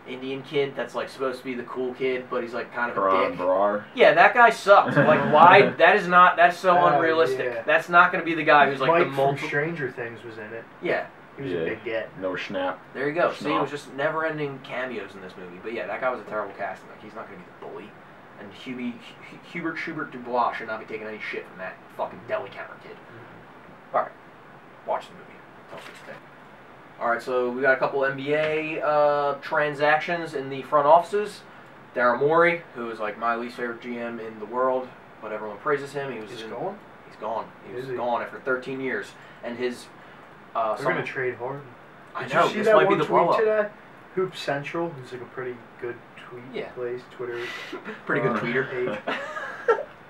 A: Indian kid that's like supposed to be the cool kid, but he's like kind of a
I: Karan
A: dick.
I: Brar.
A: Yeah, that guy sucked. Like, why? That is not. That's so
H: Oh,
A: unrealistic.
H: yeah.
A: That's not going to be the guy who's like
H: Mike
A: the
H: from
A: multi.
H: Stranger Things was in it.
A: yeah,
H: He was
I: Yeah.
H: a big get.
I: No snap.
A: there you go. See, it
I: Schnock.
A: was just never-ending cameos in this movie. But yeah, that guy was a terrible casting. Like, he's not going to be the bully. And Hubie, Hu- Hubert Schubert Dubois should not be taking any shit from that fucking deli counter kid.
H: Mm-hmm.
A: All right, watch the movie. Tell us what you think. All right, so we got a couple NBA uh, transactions in the front offices. Daryl Morey, who is like my least favorite GM in the world, but everyone praises him. He was
H: He's
A: in-
H: gone.
A: He's gone. He was
H: Is he?
A: gone after 13 years, and his. Uh,
H: They're
A: some-
H: gonna trade Harden.
A: I
H: Did
A: know
H: you see
A: this
H: that
A: might be
H: one
A: the
H: tweet
A: blow up.
H: today? Hoop Central, who's like a pretty good tweet
A: Yeah.
H: place, Twitter,
A: Pretty good
H: uh,
A: tweeter.
H: page,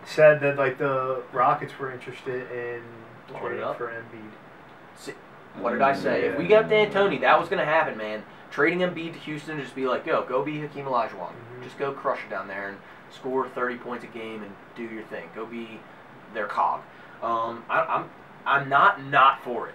H: said that like the Rockets were interested in
A: Blowing it
H: trading
A: up.
H: for Embiid.
A: What did I say? If we got D'Antoni, that was gonna happen, man. Trading Embiid to Houston, just be like, yo, go be Hakeem Olajuwon.
H: Mhm.
A: Just go crush it down there and score 30 points a game and do your thing. Go be their cog. Um, I, I'm I'm not not for it.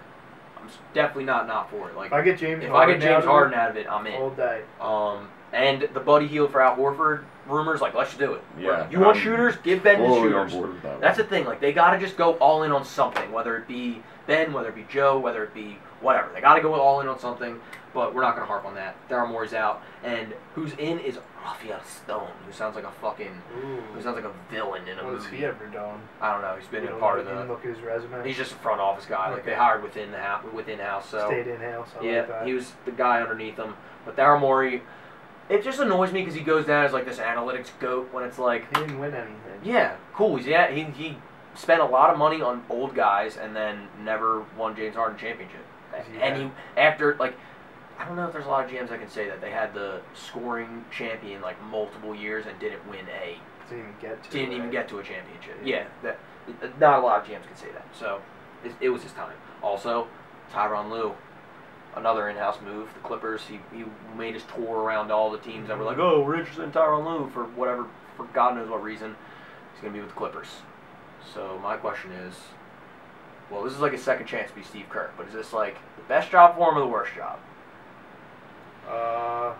A: I'm s- definitely not not for it. Like
H: If I get James,
A: if I
H: Harden
A: get James
H: out of
A: Harden out of it, I'm
H: it,
A: in.
H: all day.
A: Um, and the Buddy Heel for Al Horford rumors, like let's do it.
I: Yeah,
A: You want
I: I'm
A: shooters? Give Ben the
I: Fully on
A: shooters.
I: board with that.
A: That's the
I: one.
A: thing. Like they gotta just go all in on something, whether it be Ben, whether it be Joe, whether it be whatever. They gotta go all in on something. But we're not gonna harp on that. Daryl Morey's out, and who's in is Raphael Stone, who sounds like a fucking,
H: Ooh.
A: who sounds like a villain in a
H: What has
A: movie.
H: he ever done?
A: I don't know. He's been
H: You
A: in
H: don't
A: part
H: know,
A: of
H: you didn't
A: the.
H: look at his resume.
A: He's just a front office guy. Like
H: Okay.
A: they hired within the house, within house. So
H: stayed in house. I
A: yeah,
H: like that.
A: he was the guy underneath him. But Daryl Morey, it just annoys me because he goes down as like this analytics goat when it's like,
H: He didn't win anything.
A: yeah, cool. He's yeah, he he spent a lot of money on old guys and then never won James Harden championship
H: Yeah.
A: And he after like I don't know if there's a lot of GMs that can say that they had the scoring champion like multiple years and didn't win a
H: Didn't even get to
A: didn't
H: it.
A: even get to a championship. Yeah, that not a lot of GMs could say that. So it, it was his time. Also, Tyron Lue, another in-house move. The Clippers. He, he made his tour around all the teams that were like, oh,
H: Mm-hmm.
A: we're interested in Tyron Lue for whatever, for God knows what reason. He's gonna be with the Clippers. So my question is, well, this is like a second chance to be Steve Kerr, but is this like the best job for him or the worst job?
H: Uh,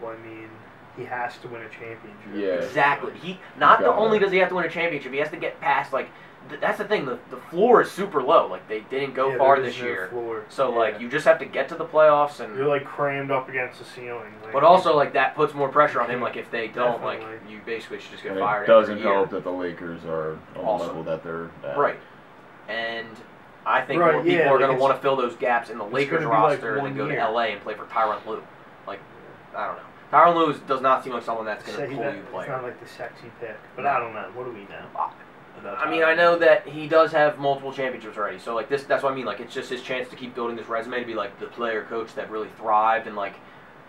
H: well, I mean, he has to win a championship.
I: Yeah.
A: Exactly. He not
I: Got
A: the only
I: it.
A: does he have to win a championship, he has to get past like th- that's the thing. The, the floor is super low. Like they didn't go
H: Yeah,
A: far
H: there is
A: this
H: no
A: year,
H: Floor.
A: so
H: Yeah.
A: like you just have to get to the playoffs
H: you're
A: and.
H: like crammed up against the ceiling. Like,
A: But also like that puts more pressure on him. Like if they don't, like
H: Definitely.
A: you basically should just get
I: And
A: fired.
I: it doesn't
A: after a year.
I: help that the Lakers are on
A: Awesome.
I: the level that they're at.
A: Right. And I think
H: Right,
A: more people
H: yeah,
A: are
H: like,
A: going to
H: it's-
A: want to fill those gaps in the
H: it's
A: Lakers
H: gonna be, like,
A: roster and
H: one
A: then go
H: year.
A: to LA and play for Tyron Lue. Like, I don't know. Tyron Lue is- does not seem like someone that's going
H: Se-
A: to
H: he-
A: pull you
H: it's
A: player.
H: not like the sexy pick, but
A: No.
H: I don't know. What do we know? about
A: I mean, I
H: Tyler?
A: know that he does have multiple championships already, so like this—that's what I mean. Like, it's just his chance to keep building this resume to be like the player coach that really thrived and like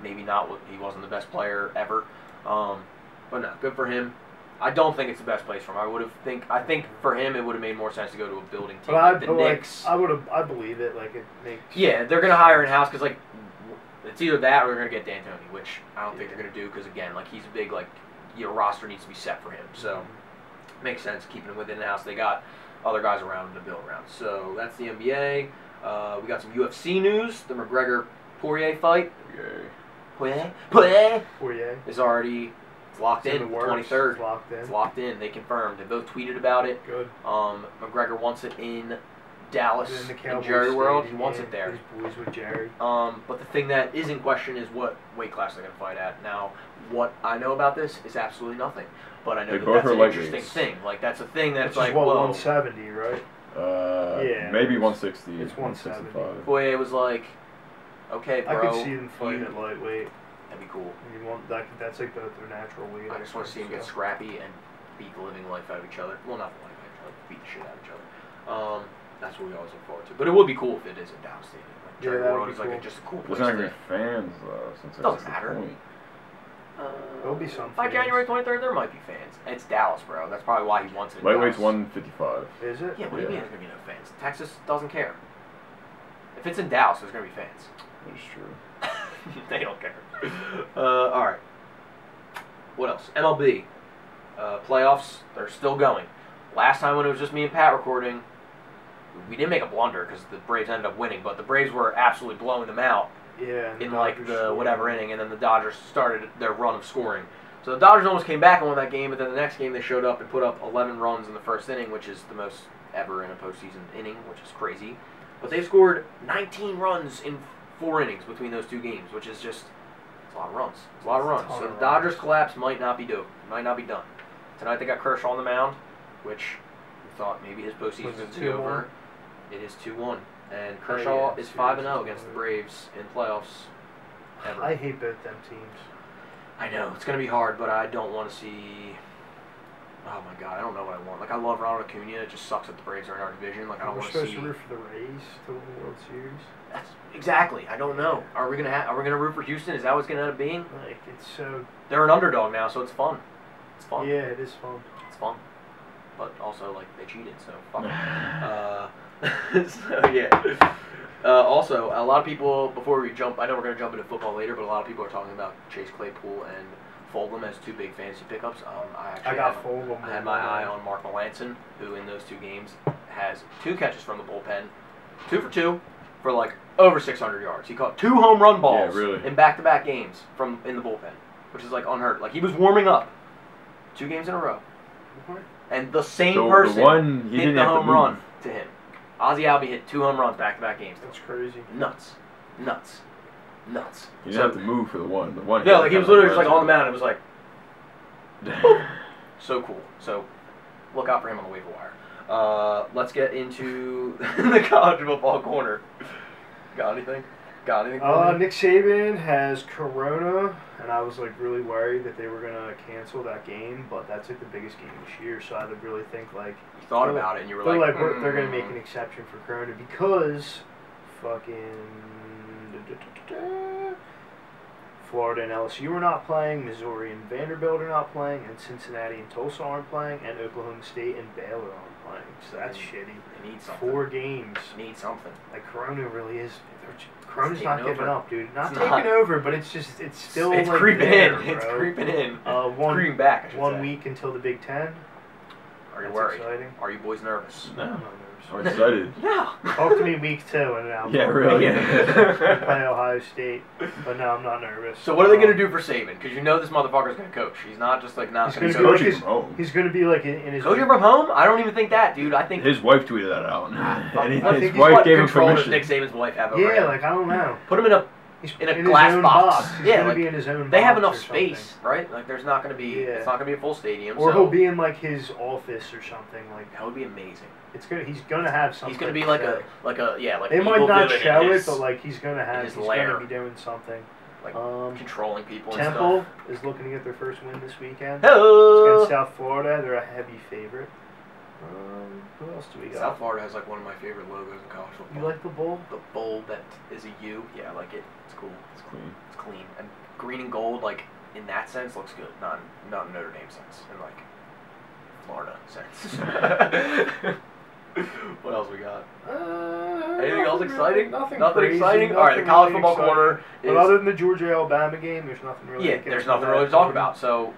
A: maybe not what he wasn't the best player ever. Um, but no, good for him. I don't think it's the best place for him. I would have think I think for him it would have made more sense to go to a building team
H: But I,
A: like the
H: but, like,
A: Knicks.
H: I would have, I believe it. Like it makes.
A: Yeah, they're gonna hire in house because like it's either that or they're gonna get D'Antoni, which I don't think they're gonna do because again, like he's a big like your roster needs to be set for him, so makes sense keeping him within the house. They got other guys around him to build around, so that's the NBA. Uh, we got some UFC news. The McGregor Poirier fight,
I: Yay.
A: Poirier, Poirier
H: Poirier.
A: is already it's locked
H: It's
A: in.
H: in the works.
A: Twenty third,
H: It's locked in.
A: it's locked in. They confirmed. They both tweeted about it.
H: Good.
A: Um, McGregor wants it in Dallas,
H: In the
A: in
H: Cowboys
A: Jerry World. He
H: stadium,
A: wants
H: yeah,
A: it there.
H: He's boys with Jerry.
A: Um, but the thing that is in question is what weight class they're going to fight at. Now, what I know about this is absolutely nothing, but I know
I: They
A: that
I: both
A: that's
I: are
A: an
I: lightweights.
A: interesting thing. Like that's a thing
H: It's
A: that's
H: like
A: like,
H: what
A: whoa.
H: 170, right?
I: Uh,
H: Yeah.
I: Maybe 160.
H: It's 170.
I: 165.
A: Boye was like, okay,
H: I
A: bro,
H: could see them fighting
A: you-
H: at lightweight.
A: that'd be cool.
H: You want that? That's like both their natural weight.
A: I just want to see them get scrappy and beat the living life out of each other. Well, not the living life, like beat the shit out of each other. Um, that's what we always look forward to. But it would be cool if it is in Dallas Stadium. Like,
H: Yeah,
A: Jerry
H: that would
A: World
H: be
A: is like a,
H: cool.
A: just a cool place.
I: There's not
A: to-
I: gonna be fans though, since
A: Doesn't
I: that's the
A: matter.
I: point.
A: Uh,
H: There'll be some
A: By
H: fans.
A: January 23rd, there might be fans. It's Dallas, bro. That's probably why he wants it. in
I: Lightweight's
A: Dallas.
I: 155.
H: Is it?
A: Yeah, what do you
I: Yeah.
A: mean there's gonna be no fans? Texas doesn't care. If it's in Dallas, there's gonna be fans.
I: That's true.
A: they don't care. Uh, all right. What else? MLB uh, playoffs. They're still going. Last time when it was just me and Pat recording, we didn't make a blunder because the Braves ended up winning, but the Braves were absolutely blowing them out
H: Yeah. and
A: in like
H: Dodgers
A: the
H: scored.
A: whatever inning, and then the Dodgers started their run of scoring. So the Dodgers almost came back and won that game, but then the next game they showed up and put up 11 runs in the first inning, which is the most ever in a postseason inning, which is crazy. But they scored 19 runs in four innings between those two games, which is just it's a lot of runs. It's a lot of
H: It's a
A: runs.
H: ton
A: So
H: of
A: the Dodgers
H: runs.
A: collapse might not be dope, might not be done. Tonight they got Kershaw on the mound, which we thought maybe his postseason
H: Was it
A: would be over.
H: 2-1?
A: It is 2-1, and
H: Oh, yeah,
A: Kershaw is
H: series
A: 5 and
H: is
A: 0 against the
H: over.
A: Braves in playoffs. Ever.
H: I hate both them teams.
A: I know it's gonna be hard, but I don't want to see. Oh my god, I don't know what I want. Like I love Ronald Acuna. It just sucks that the Braves are in our division. Like I don't
H: We're
A: want to
H: supposed
A: see.
H: to root for the Rays to win the World Series.
A: That's, exactly. I don't know. Are we gonna ha- Are we gonna root for Houston? Is that what's gonna end up being?
H: Like it's so.
A: They're an underdog now, so it's fun. It's fun.
H: Yeah, it is fun.
A: It's fun. But also, like they cheated, so fuck. 'em. Uh, so yeah. Uh, also, a lot of people before we jump, I know we're gonna jump into football later, but a lot of people are talking about Chase Claypool and Fulgham as two big fantasy pickups. Um, I actually
H: I got
A: have-
H: full of them.
A: I had my eye on Mark Melanson, who in those two games has two catches from the bullpen, two for two, for like over 600 yards. He caught two home run balls
I: Yeah, really.
A: in back-to-back games from in the bullpen, which is like unheard. Like he was warming up, two games in a row, and the same
I: So the
A: person
I: one
A: hit
I: he didn't
A: the
I: have to
A: home run
I: move.
A: to him. Ozzy Albie hit two home runs back-to-back games.
H: That's crazy.
A: Nuts, nuts, nuts.
I: You
A: So-
I: didn't have to move for the one. The one.
A: yeah, like he was literally just like on the mound. It was like.
I: mound.
A: So cool. So look out for him on the waiver wire. Uh, let's get into the college football corner. Got anything? Got anything? for
H: Uh,
A: me?
H: Nick Saban has corona, and I was like really worried that they were gonna cancel that game, but that's like the biggest game this year, so I had to really think like
A: you thought about it and you were
H: they're
A: like, "Hmm."
H: like, we're they're gonna make
A: "Mm."
H: an exception for corona because fucking Florida and LSU are not playing. Missouri and Vanderbilt are not playing, and Cincinnati and Tulsa aren't playing, and Oklahoma State and Baylor aren't playing. So that's shitty.
A: They need something.
H: Four games.
A: Need something.
H: Like Corona really is. they're j- Corona's
A: It's
H: not
A: taking
H: giving
A: over.
H: up, dude. Not
A: It's
H: taking
A: not.
H: over, but it's just it's still
A: it's
H: like
A: creeping
H: there,
A: in. It's
H: bro.
A: creeping in.
H: Uh,
A: It's
H: one
A: creeping back. I should
H: one
A: say.
H: week until the Big Ten.
A: Are you
H: That's
A: worried?
H: exciting. Oh,
A: Are you boys nervous?
H: I'm
I: No.
H: not
I: I'm
H: nervous.
I: excited.
A: No.
H: Talk to me week two and now
I: Yeah, really.
H: play Ohio State, but no, I'm not nervous.
A: So what are they gonna
H: Um,
A: do for Saban? Because you know this motherfucker's gonna coach. He's not just like not
H: He's
A: gonna
H: gonna
A: coach.
H: be like
I: Coaching
H: his,
I: from home.
H: he's gonna be like in, in his
A: Coaching from home? I don't even think that, dude. I think
I: His wife tweeted that out.
A: I
I: And
A: think
I: his
A: he's
I: wife
A: what
I: gave him
A: control does
I: permission.
A: Nick Saban's wife have over
H: yeah,
A: him?
H: like I don't know.
A: put him in a.
H: He's
A: In a
H: his
A: glass
H: own
A: box.
H: He's
A: Yeah,
H: gonna
A: like,
H: be in his own.
A: They have
H: box
A: enough
H: or something.
A: space, right? Like there's not gonna be.
H: Yeah.
A: It's not gonna be a full stadium.
H: Or
A: so
H: he'll be in like his office or something like
A: That would be amazing.
H: it's gonna he's gonna have something.
A: He's gonna be
H: to
A: like
H: show.
A: a like a yeah like.
H: They
A: evil
H: might not
A: villain in
H: show
A: his-
H: it, but like he's gonna have
A: his
H: he's
A: lair.
H: gonna be doing something.
A: Like,
H: um,
A: controlling people.
H: Temple
A: And stuff.
H: is looking to get their first win this weekend. It's
A: Hello.
H: against South Florida. They're a heavy favorite. Um, who else do we got?
A: South Florida has like one of my favorite logos in college football.
H: You like the bowl?
A: the bowl that is a U? Yeah, I like it. It's cool.
I: It's clean.
A: It's clean and green and gold. Like in that sense, looks good. Not in, not in Notre Dame sense. In like Florida sense. what else we got?
H: Uh,
A: Anything else
H: nothing
A: exciting?
H: really- Nothing,
A: Nothing
H: crazy,
A: exciting. All right, the
H: nothing
A: college
H: really
A: football
H: exciting.
A: corner
H: But
A: is-
H: other than the Georgia Alabama game, there's nothing really.
A: yeah,
H: to get
A: there's
H: into
A: nothing
H: that.
A: really to talk about. So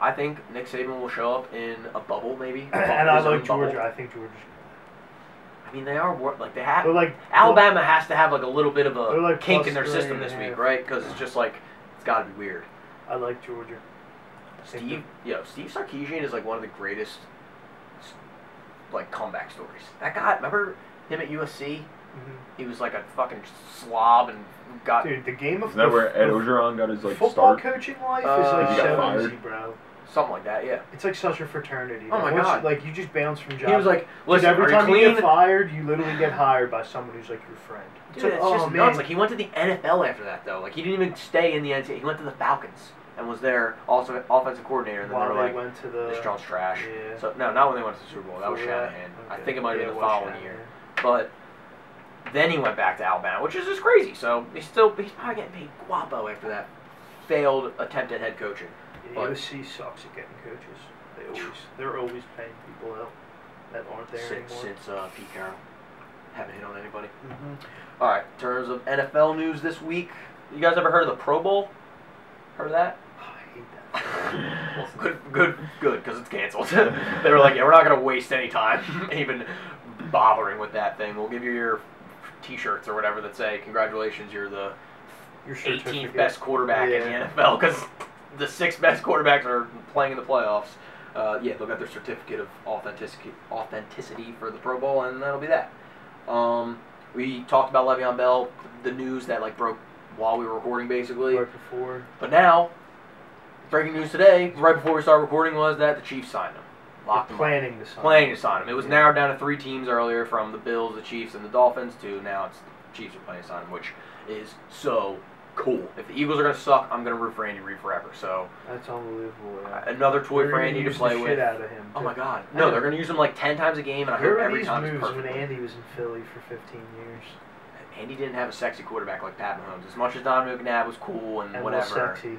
A: I think Nick Saban will show up in a bubble, maybe. A bubble,
H: and I
A: his own
H: like
A: bubble.
H: Georgia. I think Georgia.
A: I mean, they are wor- like they have.
H: They're like
A: Alabama has to have like a little bit of a
H: They're like
A: kink
H: plus
A: in their
H: three
A: system
H: and a
A: this week,
H: half.
A: right? Because it's just like it's got to be weird.
H: I like Georgia. I think
A: Steve, yo, Steve Sarkeesian is like one of the greatest, like comeback stories. That guy, remember him at USC?
H: that- mhm.
A: He was like a fucking slob and got
H: Dude, the game of
I: Is that where Ed
H: the-
I: Ogeron got his like
H: football
I: start?
H: coaching life is
A: Uh,
H: like
A: He got
H: so
I: fired.
H: easy, bro.
A: something like that. Yeah,
H: It's like such a fraternity.
A: Oh my
H: Once you-
A: God.
H: like you just bounce from job.
A: he was like,
H: Dude,
A: listen,
H: every
A: are you
H: time
A: clean?
H: you get fired, you literally get hired by someone who's like your friend.
A: Dude,
H: like,
A: it's
H: oh,
A: just
H: man.
A: nuts. Like he went to the NFL after that though. Like he didn't even stay in the NCAA. He went to the Falcons and was their also offensive coordinator. And then
H: while
A: they
H: they
A: were like,
H: went to the
A: this John's trash.
H: Yeah.
A: So no, not when they went to the Super Bowl. That was
H: Before that?
A: Shanahan. I
H: Okay.
A: think it might have
H: Yeah,
A: been the
H: was
A: following
H: Shanahan.
A: year. But then he went back to Alabama, which is just crazy. So he's still he's probably getting paid guapo after that failed attempt at head coaching.
H: Yeah,
A: But-
H: USC sucks at getting coaches. They always they're always paying people out that aren't there
A: Since,
H: anymore.
A: since uh, Pete Carroll, haven't hit on anybody.
H: Mhm.
A: All right, in terms of NFL news this week, you guys ever heard of the Pro Bowl? Heard of that?
H: Ah, I hate that.
A: Well, good, good, good, because it's canceled. they were like, yeah, we're not gonna waste any time even bothering with that thing. We'll give you your T-shirts or whatever that say, "Congratulations, you're the
H: Your certificate.
A: 18th best quarterback in the NFL," because the six best quarterbacks are playing in the playoffs. Uh, yeah, they'll get their certificate of authenticity, authenticity for the Pro Bowl, and that'll be that. Um, we talked about Le'Veon Bell, the news that like broke while we were recording, basically.
H: Right before.
A: But now, breaking news today, right before we started recording, was that the Chiefs signed him. Locked him up.
H: planning to sign.
A: Planning to sign him. It was
H: Yeah.
A: narrowed down to three teams earlier from the Bills, the Chiefs, and the Dolphins to now it's the Chiefs are planning to sign him, which is so cool. If the Eagles are going to suck, I'm going to root for Andy Reid forever. So,
H: That's unbelievable. Yeah.
A: another toy
H: They're
A: for
H: gonna
A: Andy to
H: use
A: play
H: the
A: with.
H: Shit out of him.
A: Oh
H: too.
A: my God!
H: I
A: No,
H: know.
A: they're going to use him like ten times a game, and I
H: Where
A: hope
H: were
A: every
H: these
A: time it's
H: moves
A: perfect. Mm,
H: when Andy was in Philly for 15 years?
A: Andy didn't have a sexy quarterback like Pat Mahomes. As much as Don McNabb was cool and,
H: And was
A: whatever,
H: sexy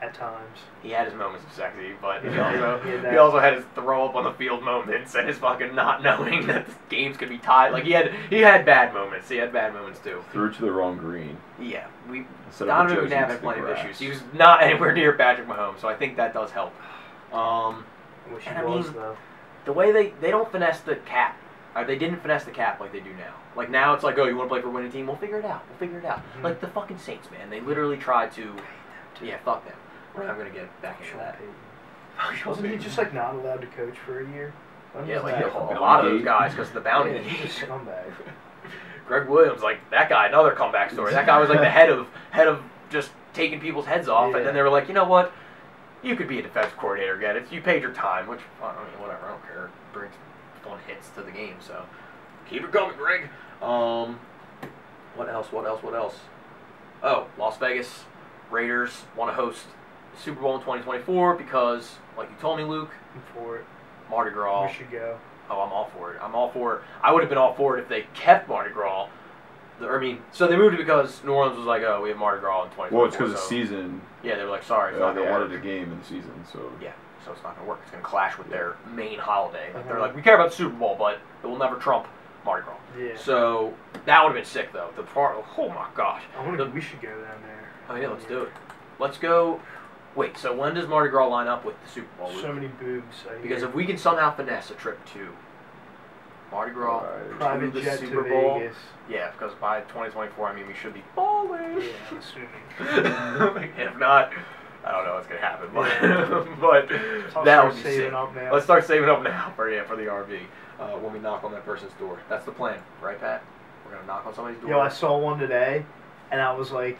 H: at times.
A: He had his moments of sexy, but he
H: Yeah.
A: also,
H: Yeah, that-
A: he also had his throw up on the field moments and his fucking not knowing that the games could be tied. Like he had he had bad moments. He had bad moments too.
I: Threw to the wrong green.
A: Yeah, we
I: Instead of the
A: Donovan McNabb
I: Joes into
A: had
I: the
A: plenty of
I: grass.
A: issues. He was not anywhere near Patrick Mahomes, so I think that does help. Um,
H: I wish he
A: And I
H: was
A: mean-
H: though.
A: the way they they don't finesse the cap, or they didn't finesse the cap like they do now. Like now it's like, oh, you want to play for a winning team? We'll figure it out. We'll figure it out.
H: Mhm.
A: Like the fucking Saints, man. They literally tried to. Yeah, fuck them. We're not gonna get back into
H: Sean
A: that.
H: Payton. Wasn't he just like not allowed to coach for a year? When
A: Yeah,
H: was
A: like
H: that?
A: a
I: Bill
A: lot of those
I: Gates.
A: guys because the bounty.
H: Yeah, he's a scumbag.
A: Greg Williams, like that guy, another comeback story. That guy was like the head of head of just taking people's heads off, and
H: Yeah.
A: then they were like, you know what? You could be a defensive coordinator again. It's, you paid your time, which I don't mean, whatever. I don't care. It brings fun hits to the game, so keep it coming, Greg. Um, what else? What else? What else? Oh, Las Vegas Raiders want to host Super Bowl in 2024 because, like you told me, Luke,
H: I'm for it.
A: Mardi Gras.
H: We should go.
A: Oh, I'm all for it. I'm all for it. I would have been all for it if they kept Mardi Gras, The, I mean, so they moved it because New Orleans was like, oh, we have Mardi Gras in 2024.
I: Well, it's because of
A: so-
I: season.
A: Yeah, they were like, sorry, it's
I: Uh,
A: not
I: they
A: gonna work.
I: added a game in the season, so
A: Yeah, so it's not gonna work. It's gonna clash with their main holiday. Like, They're
H: Mhm.
A: like, we care about the Super Bowl, but it will never trump Mardi Gras.
H: Yeah.
A: So that would have been sick though. The part, oh my gosh.
H: I wonder
A: The-
H: if we should go down there.
A: oh yeah, let's do it. Let's go. Wait, so when does Mardi Gras line up with the Super Bowl?
H: So many boobs. I hear.
A: because if we can somehow finesse a trip to Mardi Gras,
I: Right.
H: private
A: to the
H: jet
A: Super
H: to
A: Bowl,
H: Vegas.
A: yeah, because by 2024, I mean we should be balling.
H: Yeah, I'm assuming.
A: if not, I don't know what's gonna happen,
H: Yeah.
A: but but
H: I'll
A: that
H: start
A: would be
H: saving
A: sick.
H: up now.
A: Let's start saving up now for yeah for the RV uh, when we knock on that person's door. That's the plan, right, Pat? We're gonna knock on somebody's door.
H: Yo, I saw one today, and I was like,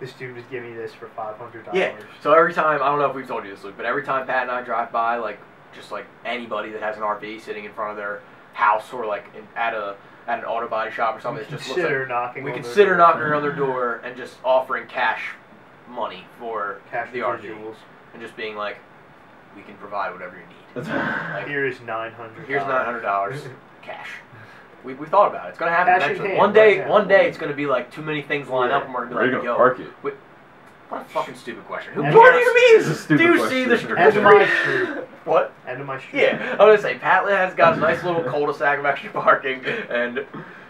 H: this dude was giving me this for five hundred dollars.
A: yeah. So every time I don't know if we've told you this, Luke, but every time Pat and I drive by, like just like anybody that has an RV sitting in front of their house or like in, at a at an auto body shop or something, it just looks
H: consider
A: like
H: knocking.
A: we
H: on their
A: consider
H: door.
A: knocking on their door and just offering cash money for
H: Cash
A: the
H: for
A: RV.
H: jewels.
A: and just being like, we can provide whatever you need. Like,
H: Here is nine hundred.
A: here's nine hundred dollars cash. We, we thought about it. It's gonna happen
H: Cash in
A: eventually.
H: hand,
A: one day,
H: right now.
A: one day it's gonna be like too many things line up and we're
I: Where are
A: gonna
I: you
A: be like,
I: gonna
A: yo,
I: park it?
A: what a fucking stupid question. Who
H: And
A: what do
H: that's-
A: you mean?
I: This is a stupid
A: do you
I: question.
A: see the street?
H: End of my street.
A: What?
H: End of my street.
A: Yeah, I'm gonna say Patlet has got a nice little cul-de-sac of extra parking, and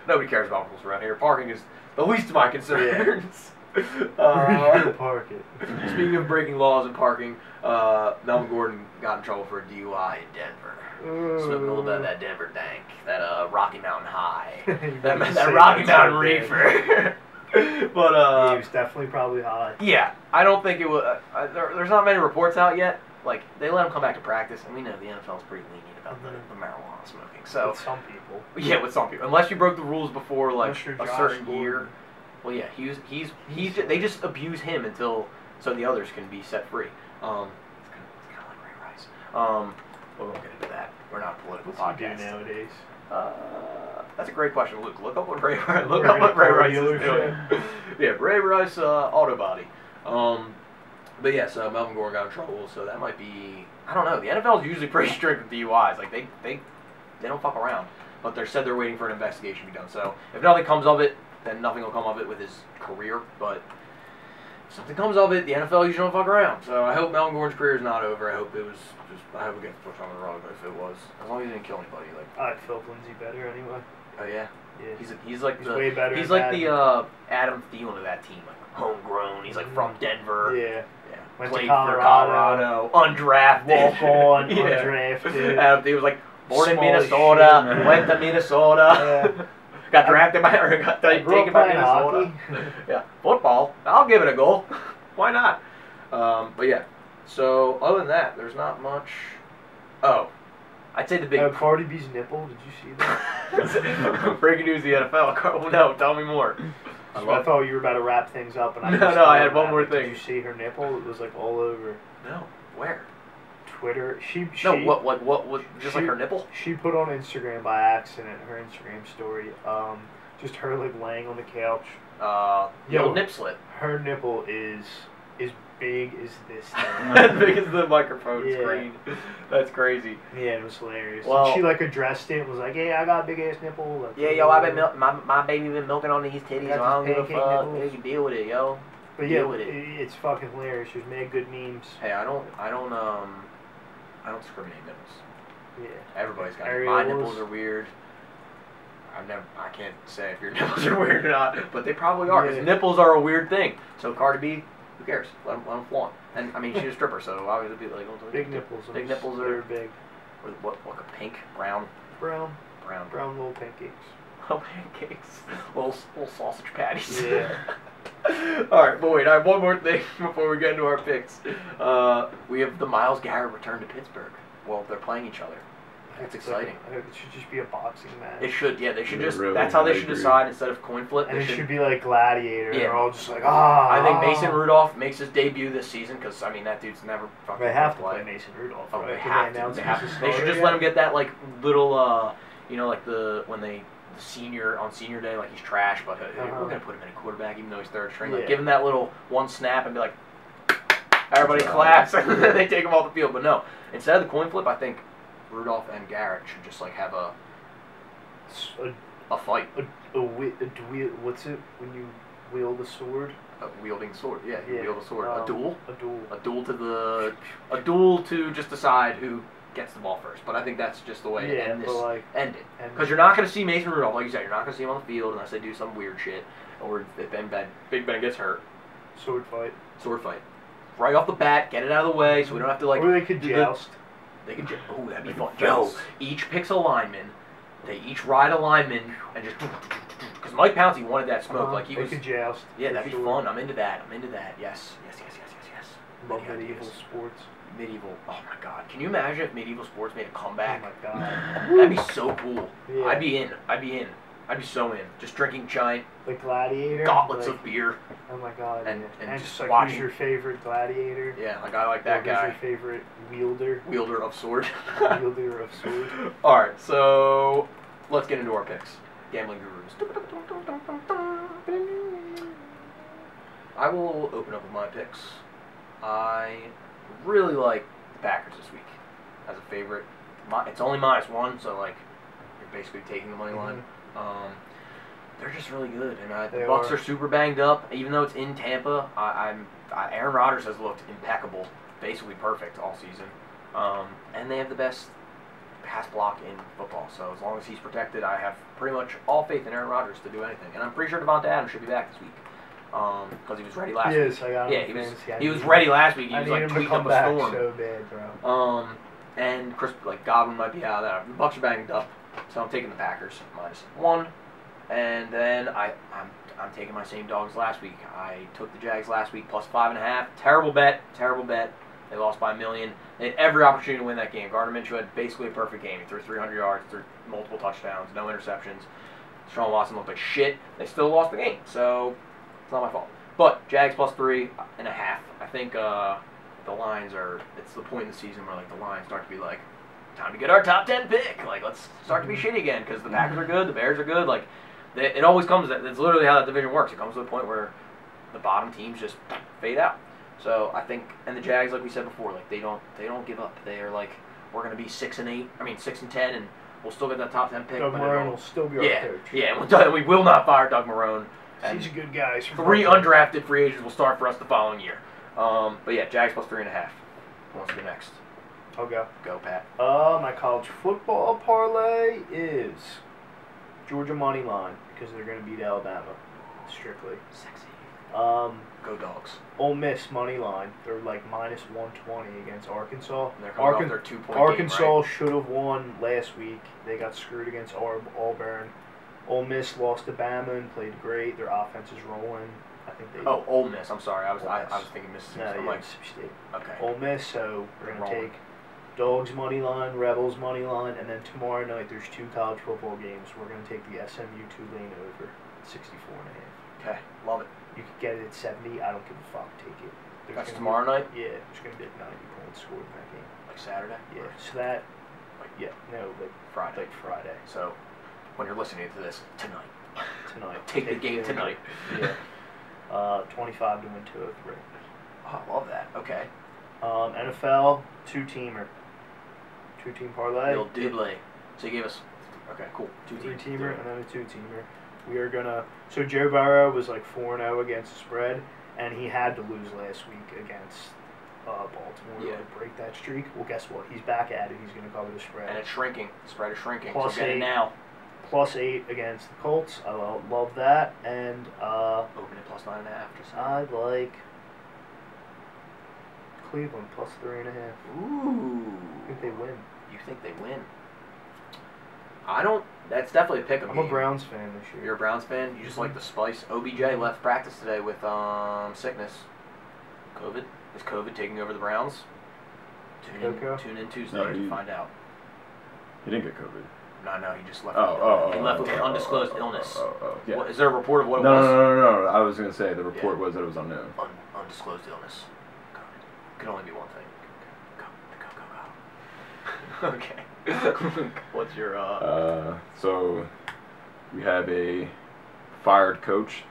A: nobody cares about rules around here. Parking is the least of my concerns.
H: Where you
A: Uh,
H: gonna park it?
A: Speaking of breaking laws and parking, uh, Melvin Gordon got in trouble for a DUI in Denver. Smoking a little bit of that Denver dank, that uh, Rocky Mountain High, that, that Rocky Mountain reefer. but
H: he
A: uh,
H: was definitely probably high.
A: yeah, I don't think it was. Uh, there, there's not many reports out yet. Like they let him come back to practice, and we know the NFL's pretty lenient about the,
H: Mm-hmm.
A: the marijuana smoking. So
H: With some people.
A: yeah, with some people, unless you broke the rules before like
H: Unless you're
A: a
H: Josh
A: certain
H: Gordon.
A: year. Well, yeah, he's he's he's they just abuse him until so the others can be set free. Um, it's kind of, it's kind of like Ray Rice. Um, but we won't get into that. We're not a political
H: What's he do
A: podcast.
H: nowadays?
A: Uh, that's a great question, Luke. Look up what Ray Rice. Look
H: We're
A: up what
H: gonna
A: Ray
H: call
A: Rice is
H: dealership.
A: doing. yeah, Ray Rice uh, auto body. Um, but yeah, so Melvin Gordon got in trouble, so that might be I don't know. The NFL's usually pretty strict with DUIs. Like they they they don't fuck around. But they are said they're waiting for an investigation to be done. So if nothing comes of it, then nothing will come of it with his career. But if something comes of it, the NFL usually don't fuck around. So I hope Melvin Gordon's career is not over. I hope it was just I hope it gets pushed on the rug if it was. As long as he didn't kill anybody, like
H: I'd Philip Lindsay better anyway.
A: oh yeah.
H: Yeah.
A: He's he's like
H: He's
A: the
H: way better
A: he's
H: than
A: like the
H: Adam.
A: uh, Adam Thielen of that team, like homegrown. He's like from Denver.
H: Mm-hmm. yeah.
A: Yeah.
H: Went to
A: Played
H: Colorado.
A: for Colorado, undrafted,
H: Walk on,
A: Yeah.
H: undrafted. Uh,
A: Adam Thielen was like born in
H: Small as
A: Minnesota,
I: shit.
A: went to Minnesota,
H: Yeah.
A: got drafted by or got
H: I grew
A: taken
H: up
A: by
H: playing
A: Minnesota. yeah, football. I'll give it a go. Why not? Um, but yeah. So other than that, there's not much. Oh, I'd say the big
H: Uh, Cardi B's nipple. Did you see that?
A: Breaking news: The NFL. Carl, Oh, no, tell me more.
H: I, thought you were about to wrap things up, and I
A: No,
H: just
A: no, I
H: thought
A: had one
H: about
A: more
H: it.
A: thing.
H: Did you see her nipple? It was like all over
A: No, where?
H: Twitter. She, she
A: No, what, what, what, what? Just like
H: she-
A: her nipple?
H: She put on Instagram by accident her Instagram story. Um, just her like laying on the couch.
A: Uh, the
H: Yo.
A: old nip slip.
H: Her nipple is as big as this
A: as
H: thing.
A: big as the microphone
H: Yeah.
A: screen. That's crazy.
H: yeah, it was hilarious. And
A: Well-
H: she like addressed it and was like, "Yeah, I got a big ass nipple." Like,
A: Yeah, yo, I've been mil- my my baby been milking on these titties.
H: Got
A: I don't
H: these
A: give a
H: pancake
A: fuck.
H: nipples.
A: You can deal with it, yo.
H: But yeah,
A: Deal with it.
H: it- it's fucking hilarious. She was made good memes.
A: Hey, I don't, I don't, um, I don't discriminate nipples.
H: Yeah.
A: Everybody's got my
H: Areolas.
A: nipples are weird. I've never, I can't say if your nipples are weird or not, but they probably are. 'cause
H: Yeah.
A: Nipples are a weird thing. So Cardi B, who cares? Let them, flaunt. And I mean, she's a stripper, so obviously it'd be like well,
H: Big nipples.
A: Big
H: I'm
A: nipples
H: they're
A: are
H: big.
A: or what, what, pink, brown,
H: Brown,
A: brown, brown
H: brown little pancakes.
A: pancakes, little little sausage patties.
H: Yeah.
A: All right, but wait, I have one more thing before we get into our picks. Uh, we have the Miles Garrett return to Pittsburgg. Well, they're playing each other. That's
H: It's like-
A: exciting.
H: it should just be a boxing match.
A: It should, yeah. They should
I: Yeah,
A: just.
I: really,
A: that's how they
I: I
A: should
I: agree.
A: decide instead of coin flip.
H: and
A: they
H: it should be like Gladiator.
A: Yeah.
H: They're all just like, ah.
A: I think Mason
H: ah."
A: Rudolph makes his debut this season because I mean that dude's never fucking.
H: They have to
A: played.
H: play Mason Rudolph.
A: Oh,
H: right?
A: they
H: Did
A: have to.
H: announce
A: They,
H: him
A: have
H: as a
A: to. They should
H: starter
A: just let him
H: yet?
A: get that like little, uh, you know, like the when they the senior on senior day, like he's trash, but hey,
H: Uh-huh.
A: we're gonna put him in a quarterback even though he's third string. Like
H: Yeah.
A: give him that little one snap and be like, everybody
I: That's right.
A: claps, and then they take him off the field. But no, instead of the coin flip, I think Rudolph and Garrett should just like have a
H: It's a-
A: a fight,
H: A, a, wi- a dwe- what's it when you wield a sword?
A: a wielding sword. Yeah, you
H: Yeah,
A: wield a sword.
H: um,
A: a duel,
H: A duel.
A: a duel to the, a duel to just decide who gets the ball first. But I think that's just the way
H: Yeah, uh,
A: to end
H: but
A: this.
H: like-
A: end it,
H: end
A: because
H: it.
A: you're not going to see Mason Rudolph like you said. You're not going to see him on the field unless they do some weird shit, or if Ben, ben Big Ben gets hurt.
H: Sword fight.
A: Sword fight. Right off the bat, get it out of the way so we don't have to like.
H: or they could
A: do the-
H: joust.
A: They could just. Oh, that'd be fun.
I: Like a
A: Yo,
I: fence.
A: each picks a lineman. They each ride a lineman and just. Because Mike Pouncey wanted that smoke.
H: Uh-huh,
A: Like he
H: they
A: was.
H: could joust.
A: Yeah,
H: for
A: that'd be
H: sure.
A: fun. I'm into that. I'm into that. Yes, yes, yes, yes, yes, yes.
H: Love
A: Many
H: medieval
A: ideas.
H: sports.
A: Medieval. Oh my god. Can you imagine if medieval sports made a comeback?
H: Oh my god.
A: that'd be so cool.
H: Yeah.
A: I'd be in. I'd be in. I'd be so in. Just drinking giant
H: The gladiator.
A: gauntlets
H: like,
A: of beer.
H: Oh my god.
A: and-
H: yeah.
A: and just
H: just like
A: watching.
H: who's your favorite gladiator?
A: Yeah, like I like
H: Or
A: that
H: who's
A: guy.
H: your favorite wielder?
A: Wielder of sword.
H: wielder of sword.
A: All right, so let's get into our picks. Gambling gurus. I will open up with my picks. I really like the Packers this week as a favorite. My, it's only minus one, so like you're basically taking the money
H: Mm-hmm.
A: line. Um, they're just really good, and I, the
H: They
A: Bucks
H: are.
A: are super banged up. Even though it's in Tampa, I, I'm I, Aaron Rodgers has looked impeccable, basically perfect all season, um, and they have the best pass block in football. So as long as he's protected, I have pretty much all faith in Aaron Rodgers to do anything. And I'm pretty sure Devonta Adams should be back this week because he was ready last week.
H: Yes, I got him.
A: Yeah,
H: in
A: he was
H: fantasy. I
A: he
H: need
A: was
H: him.
A: ready last week. He
H: I
A: was
H: need
A: like
H: him to
A: tweeting up
H: come
A: a
H: back
A: storm.
H: so bad, bro.
A: Um, and Chris, like Godwin might be out of that. The Bucks are banged up, so I'm taking the Packers minus one. And then I, I'm, I'm taking my same dogs last week. I took the Jags last week plus five and a half. Terrible bet, terrible bet. They lost by a million. They had every opportunity to win that game. Gardner Minshew had basically a perfect game. He threw 300 yards, threw multiple touchdowns, no interceptions. Sean Watson looked like shit. They still lost the game, so it's not my fault. But Jags plus three and a half. I think uh, the lines are. It's the point in the season where like the lines start to be like, time to get our top ten pick. Like let's start to be shitty again because the Packers are good, the Bears are good. Like they, it always comes. That's literally how that division works. It comes to the point where the bottom teams just fade out. So I think and the Jags, like we said before, like they don't they don't give up. They are like we're gonna be six and eight. I mean six and ten, and we'll still get that top ten pick.
H: Doug
A: but
H: Marone
A: it'll-
H: will still be our
A: yeah,
H: coach.
A: yeah, we'll do- we will not fire Doug Marone. And
H: He's a good guy. He's from
A: three
H: Brooklyn.
A: undrafted free agents will start for us the following year. Um, but yeah, Jags plus three and a half. Who wants to go next?
H: I'll go.
A: Go, Pat.
H: Uh, my college football parlay is Georgia money line because they're going to beat Alabama, strictly.
A: Sexy.
H: Um,
A: Go, dogs.
H: Ole Miss money line. They're like minus 120 against Arkansas.
A: And they're coming off
H: Arkan-
A: their two point
H: Arkansas
A: game, right?
H: should have won last week. They got screwed against Ar- Auburn. Ole Miss lost to Bama and played great. Their offense is rolling. I think they.
A: Oh, Ole Miss. I'm sorry. I was I,
H: Ole Miss.
A: I was thinking Mississippi.
H: no,
A: I'm
H: yeah,
A: like,
H: Mississippi State.
A: okay.
H: Ole Miss, so we're gonna
A: Rolling.
H: take Dogs money line, Rebels money line, and then tomorrow night there's two college football games. We're gonna take the SMU Tulane over, 64 and a half.
A: Okay. Love it.
H: You could get it at 70. I don't give a fuck. Take it.
A: That's
H: There's gonna be-
A: tomorrow night,
H: yeah, there's gonna be like 90 points scored in that game.
A: like Saturday.
H: Yeah, so that, like, yeah, no, like
A: Friday.
H: like Friday
A: So when you're listening to this tonight,
H: tonight.
A: take the game
H: it.
A: tonight.
H: Yeah. Uh, 25 to win 203.
A: Oh, I love that. Okay.
H: Um, NFL two teamer, two team parlay.
A: Bill Diddley. So you gave us. Okay. Cool. Two
H: three
A: teams.
H: teamer and then a two teamer. We are gonna. So Joe Burrow was like four and zero against the spread, and he had to lose last week against uh, Baltimore to
A: Yeah.
H: like, break that streak. Well, guess what? He's back at it. He's gonna cover the spread.
A: And it's shrinking. The spread is shrinking.
H: Plus
A: so get it
H: eight.
A: now.
H: Plus eight against the Colts. I lo- love that, and uh,
A: Open it plus nine and a half. Just
H: I like Cleveland plus three and a half.
A: Ooh.
H: I think they win.
A: You think they win? I don't. That's definitely a pick 'em
H: I'm a Mm-hmm.
A: game.
H: Browns fan this year.
A: You're a Browns fan. You just like the spice. OBJ left practice today with um sickness. COVID is COVID taking over the Browns. Tune in,
H: Coco?
A: tune in Tuesday
I: No,
A: to
I: he-
A: find out.
I: He didn't get COVID.
A: No, no, he just left.
I: Oh,
A: with,
I: oh, oh.
A: he left with an
I: oh, oh,
A: undisclosed
I: oh,
A: illness.
I: Oh, oh, oh, yeah.
A: What, is there a report of what
I: No,
A: it
I: no,
A: was?
I: no, no, no. I was gonna say the report
A: Yeah.
I: was that it was unknown.
A: Un- undisclosed illness. God. Can only be one thing. Go, go, go, go. okay. What's your uh?
I: Uh, so we have a fired coach.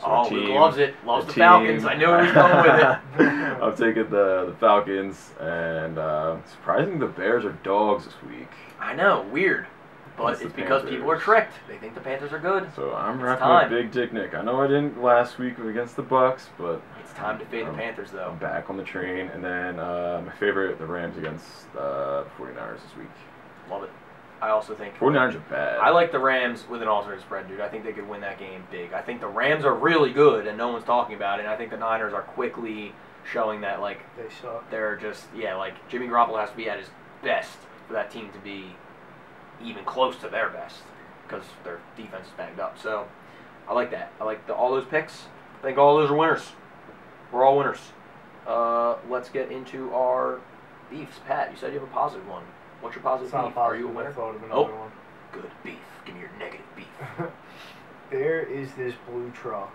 I: So
A: oh,
I: a
A: Luke
I: team-
A: loves it.
I: a
A: Loves the
I: team-
A: Falcons. I knew he was coming with it.
I: I'm taking the, the Falcons, and uh, surprisingly, the Bears are dogs this week.
A: I know. Weird. but
I: It's
A: it's,
I: the
A: because people are
I: Panthers.
A: tricked. They think the Panthers are good.
I: So I'm
A: It's
I: rocking
A: time.
I: with Big Dick Nick. I know I didn't last week against the Bucks, but
A: It's time to
I: Oh.
A: fade the Panthers, though.
I: I'm back on the train. And then uh, my favorite, the Rams against uh, 49ers this week.
A: Love it. I also think
I: 49ers are bad.
A: I like the Rams with an alternate spread, dude. I think they could win that game big. I think the Rams are really good, and no one's talking about it. And I think the Niners are quickly showing that, like,
H: They suck.
A: they're just yeah, like Jimmy Garoppolo has to be at his best for that team to be even close to their best because their defense is banged up. So I like that. I like the, all those picks. I think all those are winners. We're all winners. Uh, let's get into our beefs. Pat, you said you have a positive one. What's your positive
H: It's not a
A: beef?
H: positive.
A: are you a
H: I
A: winner?
H: thought of another
A: Oh.
H: one.
A: Good beef. Give me your negative beef.
H: There is this blue truck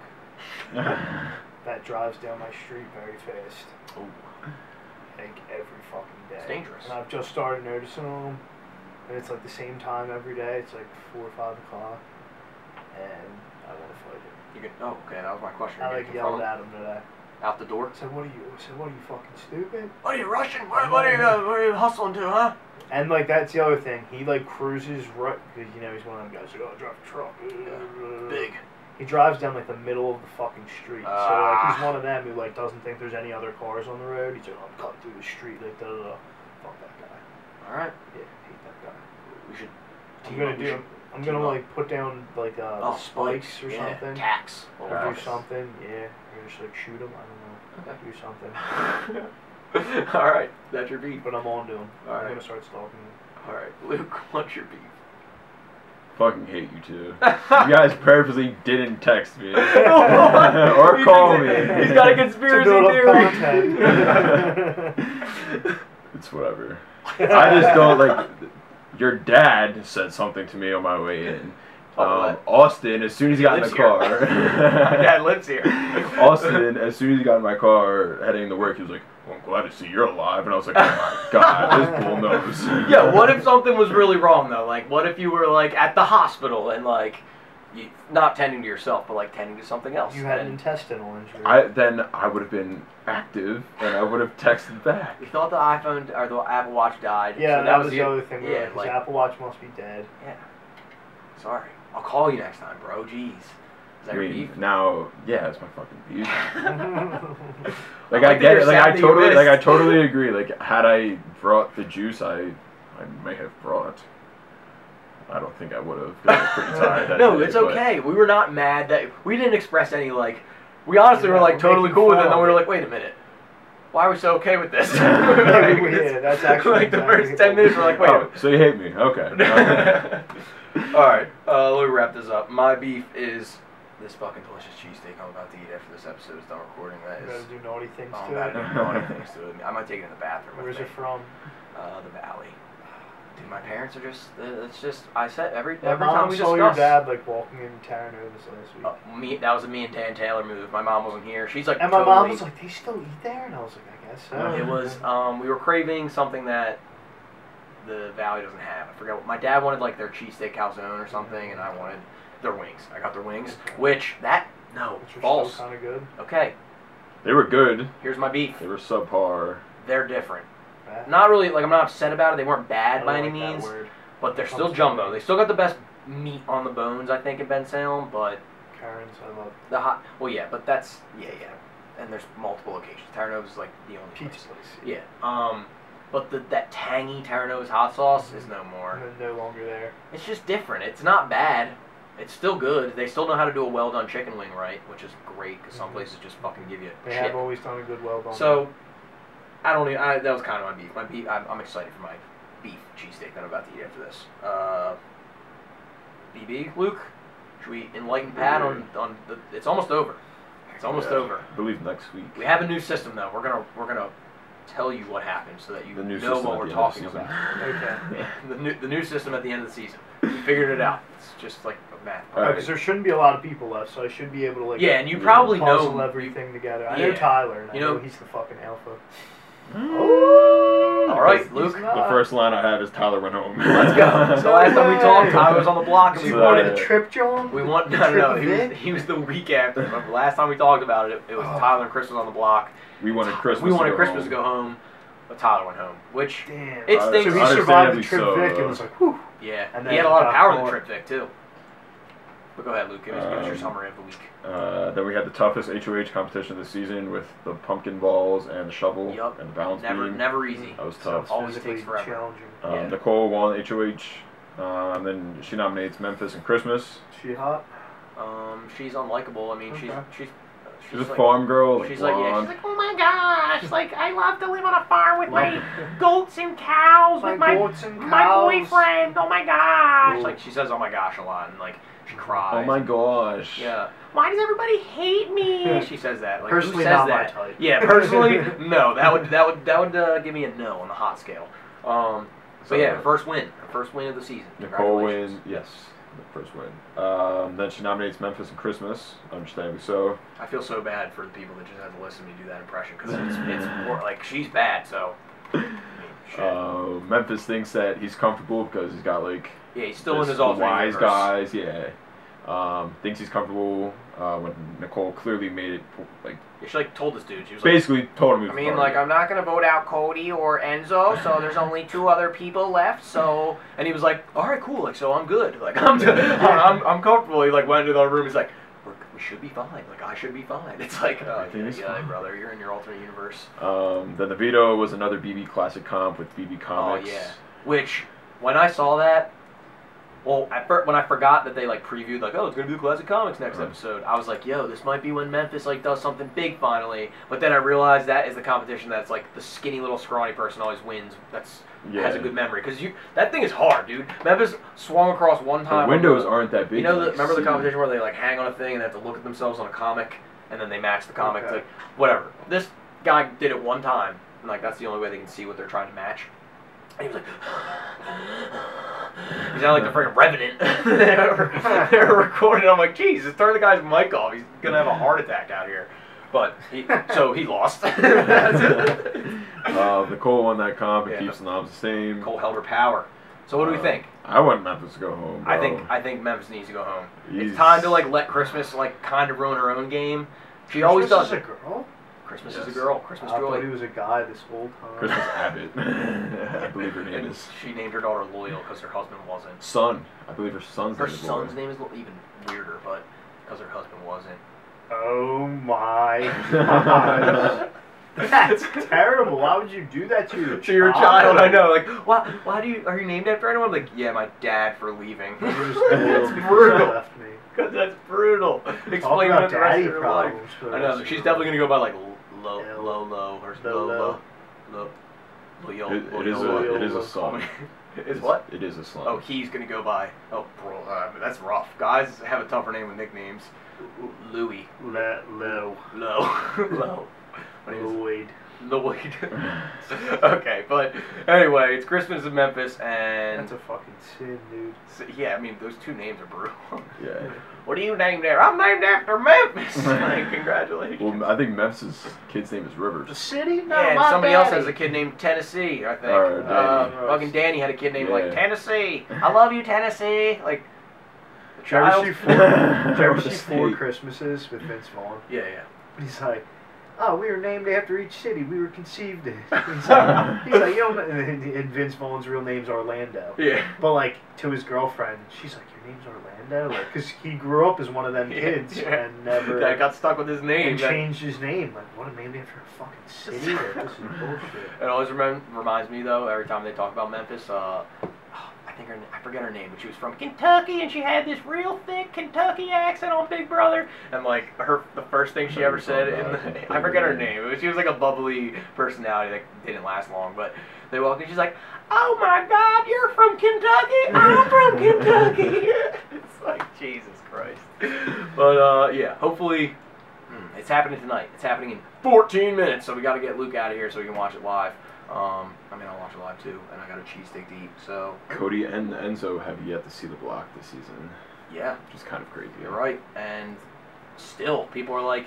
H: that drives down my street very fast,
A: Oh,
H: like every fucking day.
A: It's dangerous.
H: And I've just started noticing them, and it's like the same time every day. It's like four or five o'clock, and I want to fight it.
A: you can. Oh, okay. That was my question.
H: I
A: You're
H: like
A: gonna confront
H: yelled at him today.
A: him out the door.
H: I said, "What are you?" I said, "What are you fucking stupid?"
A: What are you rushing? What, what are you? uh, What are you hustling to, huh?
H: And like that's the other thing. He like cruises right because you know he's one of them guys. Like, oh, I drive a truck.
A: Big.
H: He drives down like the middle of the fucking street. so like
A: Ah.
H: he's one of them who like doesn't think there's any other cars on the road. He's like, "Oh, I'm cutting through the street. Like, da da da. Fuck that guy.
A: All right.
H: Yeah, hate that guy.
A: We should.
H: I'm
A: team
H: gonna
A: up. We
H: do.
A: should-
H: I'm gonna
A: team up.
H: like put down like uh,
A: Oh,
H: spikes, or
A: yeah.
H: something.
A: Tax.
H: Or
I: Yeah.
H: do something. Yeah. Or just like shoot him. I don't know. Do something.
A: All right, that's your beef.
H: But I'm on to him.
A: Alright.
H: I'm gonna start stalking him.
A: All right, Luke, what's your beef?
I: Fucking hate you two. You guys purposely didn't text me or
A: He
I: call me.
A: thinks it- He's got a conspiracy
H: build up
A: theory.
H: content.
I: It's whatever. I just don't like. Your dad said something to me on my way in.
A: Oh,
I: Um, Austin, as soon as he got in
A: Lives
I: the
A: here.
I: car,
A: My dad lives here.
I: Austin, as soon as he got in my car heading to work, he was like, well, "I'm glad to see you're alive," and I was like, "Oh my god, this bull knows."
A: Yeah, what if something was really wrong though? Like, what if you were like at the hospital and like, you, not tending to yourself, but like tending to something else?
H: You had an
A: and
H: intestinal injury.
I: I then I would have been active and I would have texted back.
A: we thought the iPhone or the Apple Watch died.
H: yeah,
A: so
H: that, was the other thing. we were
A: Yeah,
H: like,
A: like,
H: his Apple Watch must be dead.
A: yeah. Sorry, I'll call you next time, bro. Jeez, is that
I: I
A: your
I: mean,
A: beef?
I: now, yeah, it's my fucking beef. Like
A: I
I: I
A: like that
I: get
A: you're
I: it. Like
A: sad
I: I
A: that you
I: totally, like I
A: missed.
I: totally agree. Like had I brought the juice, I, I may have brought. I don't think I would have. 'cause I was pretty tired. That
A: No,
I: day,
A: it's
I: but-
A: okay. We were not mad that we didn't express any like. We honestly
H: Yeah,
A: were like
H: we're
A: totally
H: making
A: cool with it,
H: fun
A: and then we
H: of
A: were
H: it.
A: like, wait a minute, why are we so okay with this?
H: Yeah, that's actually
A: like the
H: exactly
A: first ten minutes. We're like, wait. a
I: Oh, so you hate me? Okay.
A: minute. All right, uh, let me wrap this up. My beef is this fucking delicious cheesesteak I'm about to eat after this episode is done recording. That
H: You
A: is.
H: gotta do naughty things
A: Oh, I'm
H: to
A: about
H: it.
A: to do naughty things to it. I might take it in the bathroom. with
H: Where's
A: me.
H: it from?
A: Uh, the Valley. Dude, my parents are just. uh, It's just. I said every
H: My
A: every time
H: mom
A: we
H: saw
A: discuss.
H: your dad like walking in Terranova's last week,
A: Uh, me, that was a me and Dan Taylor move. My mom wasn't here. She's like,
H: and my
A: totally,
H: mom was like, "They still eat there," and I was like, "I guess so."
A: it was. Um, we were craving something that the Valley doesn't have. I forget. What, my dad wanted like their cheesesteak calzone or something, and I wanted their wings. I got their wings, which that no
H: Which are
A: false.
H: still kind of good.
A: Okay,
I: They were good.
A: here's my beef.
I: They were subpar.
A: They're different.
H: Right?
A: Not really like I'm not upset about it. They weren't
H: I
A: bad
H: don't
A: by any
H: like that
A: means,
H: word.
A: but they're
H: I'm
A: still
H: sorry.
A: jumbo. They still got the best meat on the bones, I think, in Ben Salem, but
H: Karen's, I love
A: the hot. Well, yeah, but that's yeah, yeah. And there's multiple locations. Terranova's like the only
H: pizza
A: place.
H: place.
A: Yeah. Um, but the, that tangy Terranova's hot sauce is no more.
H: And they're no longer there.
A: It's just different. It's not bad. It's still good. They still know how to do a well done chicken wing right, which is great because some
H: Mhm.
A: places just fucking give you
H: They
A: shit.
H: have always done a good weld on.
A: So, I don't. Even, I, that was kind of my beef. My beef. I'm, I'm excited for my beef cheesesteak that I'm about to eat after this. Uh, BB Luke, should we enlighten Pat on
H: Mm.
A: on the? It's almost over. It's almost
I: Yeah,
A: over.
I: I believe next week.
A: We have a new system though. We're gonna we're gonna tell you what happened so that you
I: the new
A: know
I: system
A: what
I: at
A: we're
I: the end of
A: talking
I: the
A: about.
I: season.
H: okay.
A: the new the new system at the end of the season. We figured it out. It's just like a math.
I: All right.
H: Because Uh, there shouldn't be a lot of people left, so I should be able to like
A: Yeah, and you
I: Yeah.
A: probably
H: puzzle
A: know
H: everything together. I
A: Yeah.
H: know Tyler, and
A: You
H: I
A: know-
H: know, he's the fucking alpha.
A: All right,
H: He's
A: Luke.
H: not.
I: The first line I have is Tyler went home.
A: Let's go. So last time we talked, I was on the block and
H: Did
A: we
I: Sorry.
H: you
A: wanted.
H: go to the trip, John?
A: We want no, no, no. He was, he was the week after. But the last time we talked about it, it
H: Oh.
A: was Tyler and Chris was on the block.
I: We wanted Christmas.
A: we wanted
I: to go
A: Christmas
I: home.
A: to go home, but Tyler went home, which
H: Damn.
A: It's
I: Uh,
A: things-
H: so
A: I
H: he survived
I: understandably
H: the trip,
I: so,
H: Vic,
I: uh,
H: and was like, "Whew,
A: Yeah,
H: And
A: he had
H: then
A: a lot of
H: Doc
A: power in the
H: Horn.
A: trip Vic too. But go ahead, Luke. Give us, give us your
I: Um,
A: summary of the week.
I: Uh, then we had the toughest HOH competition of the season with the pumpkin balls and the shovel
A: Yup.
I: and the balance
A: Never,
I: beam.
A: never easy.
I: That was
H: So
I: tough.
H: it's
A: Always
H: physically
A: takes forever.
H: challenging.
I: Um,
A: yeah.
I: Nicole won HOH. Um, then she nominates Memphis and Christmas.
H: She hot.
A: Um, she's unlikable. I mean, she's
H: Okay.
A: she's
I: She's, a
A: like,
I: farm girl. Like
A: She's like, yeah, she's
I: blonde.
A: like, oh my gosh, like I love to live on a farm with my
H: Like-
A: goats and cows, with my
H: goats and
A: my
H: cows.
A: boyfriend. Oh my gosh!
H: Ooh.
A: Like she says, oh my gosh, a lot, and like she cries.
I: oh my gosh.
A: Yeah. Why does everybody hate me? she says that. Like,
H: Personally,
A: who says
H: not my
A: that?
H: type.
A: Yeah, personally, no. That would that would that would uh, give me a no on the hot scale. Um,
I: So
A: but yeah, first win, first win of the season.
I: Nicole
A: Congratulations.
I: wins. Yes, the first win. Um, then she nominates Memphis and Christmas. Understandably so.
A: I feel so bad for the people that just had to listen to me do that impression because it's
I: Mm.
A: it's more, like she's bad, so. I mean, shit.
I: Uh, Memphis thinks that he's comfortable because he's got like
A: yeah, he's still in
I: this
A: his alternate
I: wise
A: universe.
I: guys. Yeah. Um, thinks he's comfortable uh, when Nicole clearly made it like
A: She like told this dude. She was like,
I: basically told him. he
A: I
I: was
A: mean,
I: part
A: like
I: of it.
A: I'm not gonna vote out Cody or Enzo, so there's only two other people left. So and he was like, all right, cool. Like so I'm good. Like I'm I'm, I'm comfortable. He like went into the room. He's like, We're, we should be fine. Like I should be fine. It's like, uh, yeah,
I: Everything's
A: yeah,
I: fine.
A: brother, you're in your alternate universe.
I: Um, then the veto was another BB classic comp with BB Comics.
A: Oh yeah. Which when I saw that, well, at fir- when I forgot that they like previewed like, oh, it's gonna be the classic comics next
I: Right.
A: episode, I was like, yo, this might be when Memphis like does something big finally. But then I realized that is the competition that's like the skinny little scrawny person always wins. That's has a
I: Yeah.
A: good memory because you that thing is hard, dude. Memphis swung across one
I: The
A: time.
I: windows aren't that big.
A: You know,
I: to,
A: the,
I: like,
A: remember the
I: see.
A: competition where they like hang on a thing and they have to look at themselves on a comic, and then they match the comic.
H: Okay.
A: Like whatever. This guy did it one time, and like that's the only way they can see what they're trying to match. And he was like, he's not like the freaking revenant. they're, they're recording. I'm like, Jesus, turn the guy's mic off. He's gonna have a heart attack out here. But he, so he lost.
I: uh, Nicole won that comp and
A: Yeah.
I: keeps the knobs the same.
A: Cole held her power. So what do we
I: Uh,
A: think?
I: I want Memphis to go home.
A: I think
I: bro.
A: I think Memphis needs to go home.
I: Jeez.
A: It's time to like let Christmas like kind of ruin her own game. She always
H: Christmas
A: does
H: is
A: it.
H: a girl.
A: Christmas is
I: Yes.
A: a girl.
H: I
A: Christmas
H: thought he
A: joy.
H: was a guy this whole time.
I: Christmas Abbott. I believe her name
A: And
I: is
A: she named her daughter Loyal because her husband wasn't.
I: Son. I believe her son's
A: Her
I: name is
A: son's
I: Loyal.
A: name is Lo- even weirder, but because her husband wasn't.
H: Oh my gosh. That's terrible. Why would you do that to your child?
A: To your child, I know. Like, why? Why do you? Are you named after anyone? Like, yeah, my dad for leaving.
H: That's
A: that's brutal.
H: brutal.
A: Because that's brutal.
H: Talk
A: Explain that
H: about
A: the rest of
H: daddy
A: your life.
H: problems.
A: I know. She's definitely gonna go by like Lo- Lo
H: L-
A: Lo Lo or
H: Lo-
A: Lo Lo
H: Lo.
A: Lo Loyal.
I: It- it is
A: Loyola.
I: a it is a son.
A: It's Oh, what?
I: It is a son.
A: Oh, he's gonna go by. Oh, bro, uh, that's rough. Guys have a tougher name with nicknames. Louis.
H: Let low.
A: Low. Low. My name is
H: Lloyd.
A: Lloyd. okay, but anyway, it's Christmas in Memphis, and
H: That's a fucking sin, dude.
A: so- yeah, I mean those two names are brutal.
I: Yeah.
A: what are you named after? I'm named after Memphis. like, congratulations.
I: Well, I think Memphis' kid's name is Rivers.
H: city? No,
A: yeah, and somebody else has a kid named Tennessee, I think.
I: Or
A: Uh,
I: Danny.
A: fucking Danny had a kid named
I: Yeah.
A: like Tennessee. I love you, Tennessee. Like, the
H: Trevor
A: child-
H: C. Four. Trevor
I: What a
H: C. Four
I: snake.
H: Christmases with Vince Vaughn.
A: Yeah, yeah.
H: He's like, oh, we were named after each city we were conceived in. He's like, he's like you don't. And, and Vince Vaughn's real name's Orlando.
A: Yeah.
H: But like to his girlfriend, she's like, "Your name's Orlando," like because he grew up as one of them kids
A: Yeah.
H: and never
A: that got stuck with his name.
H: and
A: that-
H: changed his name. Like, what a name after a fucking city? Like, this is bullshit.
A: It always remem- reminds me though. Every time they talk about Memphis, uh, I think her I forget her name, but she was from Kentucky, and she had this real thick Kentucky accent on Big Brother. And like her, the first thing she
I: I
A: ever
I: don't
A: said,
I: know
A: in
I: about it.
A: the, I forget her name. It was, she was like a bubbly personality that didn't last long. But they walked in, she's like, "Oh my God, you're from Kentucky! I'm from Kentucky!" it's like Jesus Christ. But uh, yeah, hopefully. Mm, It's happening tonight. It's happening in 14 minutes, so we got to get Luke out of here so we can watch it live. Um, I mean, I'll watch it live too, and I got a cheesesteak to eat. So
I: Cody and Enzo have yet to see the block this season,
A: yeah,
I: which is kind of crazy.
A: you're right. And still, people are like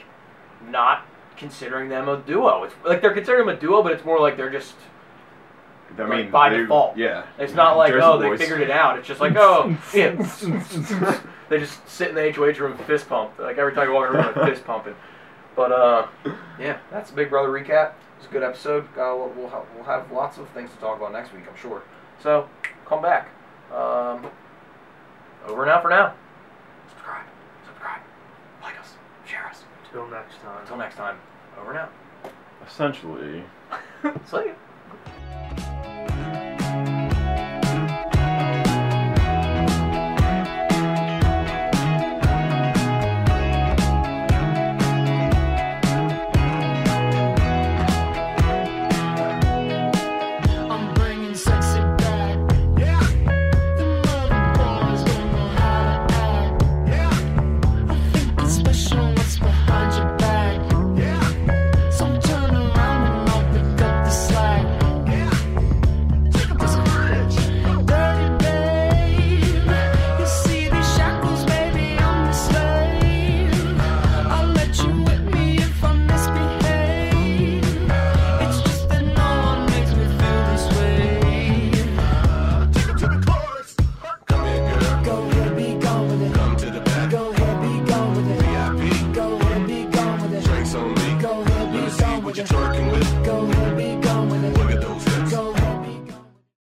A: not considering them a duo. It's like they're considering them a duo, but it's more like they're just.
I: I mean,
A: Like, by
I: they-
A: default.
I: Yeah.
A: It's not like
I: Jersey
A: oh they
I: boys.
A: figured it out. It's just like oh yeah. they just sit in the HOH room fist pumped. Like every time you walk in the room, like, fist pumping. But uh, yeah, that's Big Brother recap. It's a good episode. Uh, we'll, we'll, have, we'll have lots of things to talk about next week, I'm sure. So come back. Uh, Um, over and out for now. Subscribe, subscribe, like us, share us.
H: Until next time.
A: Until next time, over and out.
I: Essentially.
A: See ya.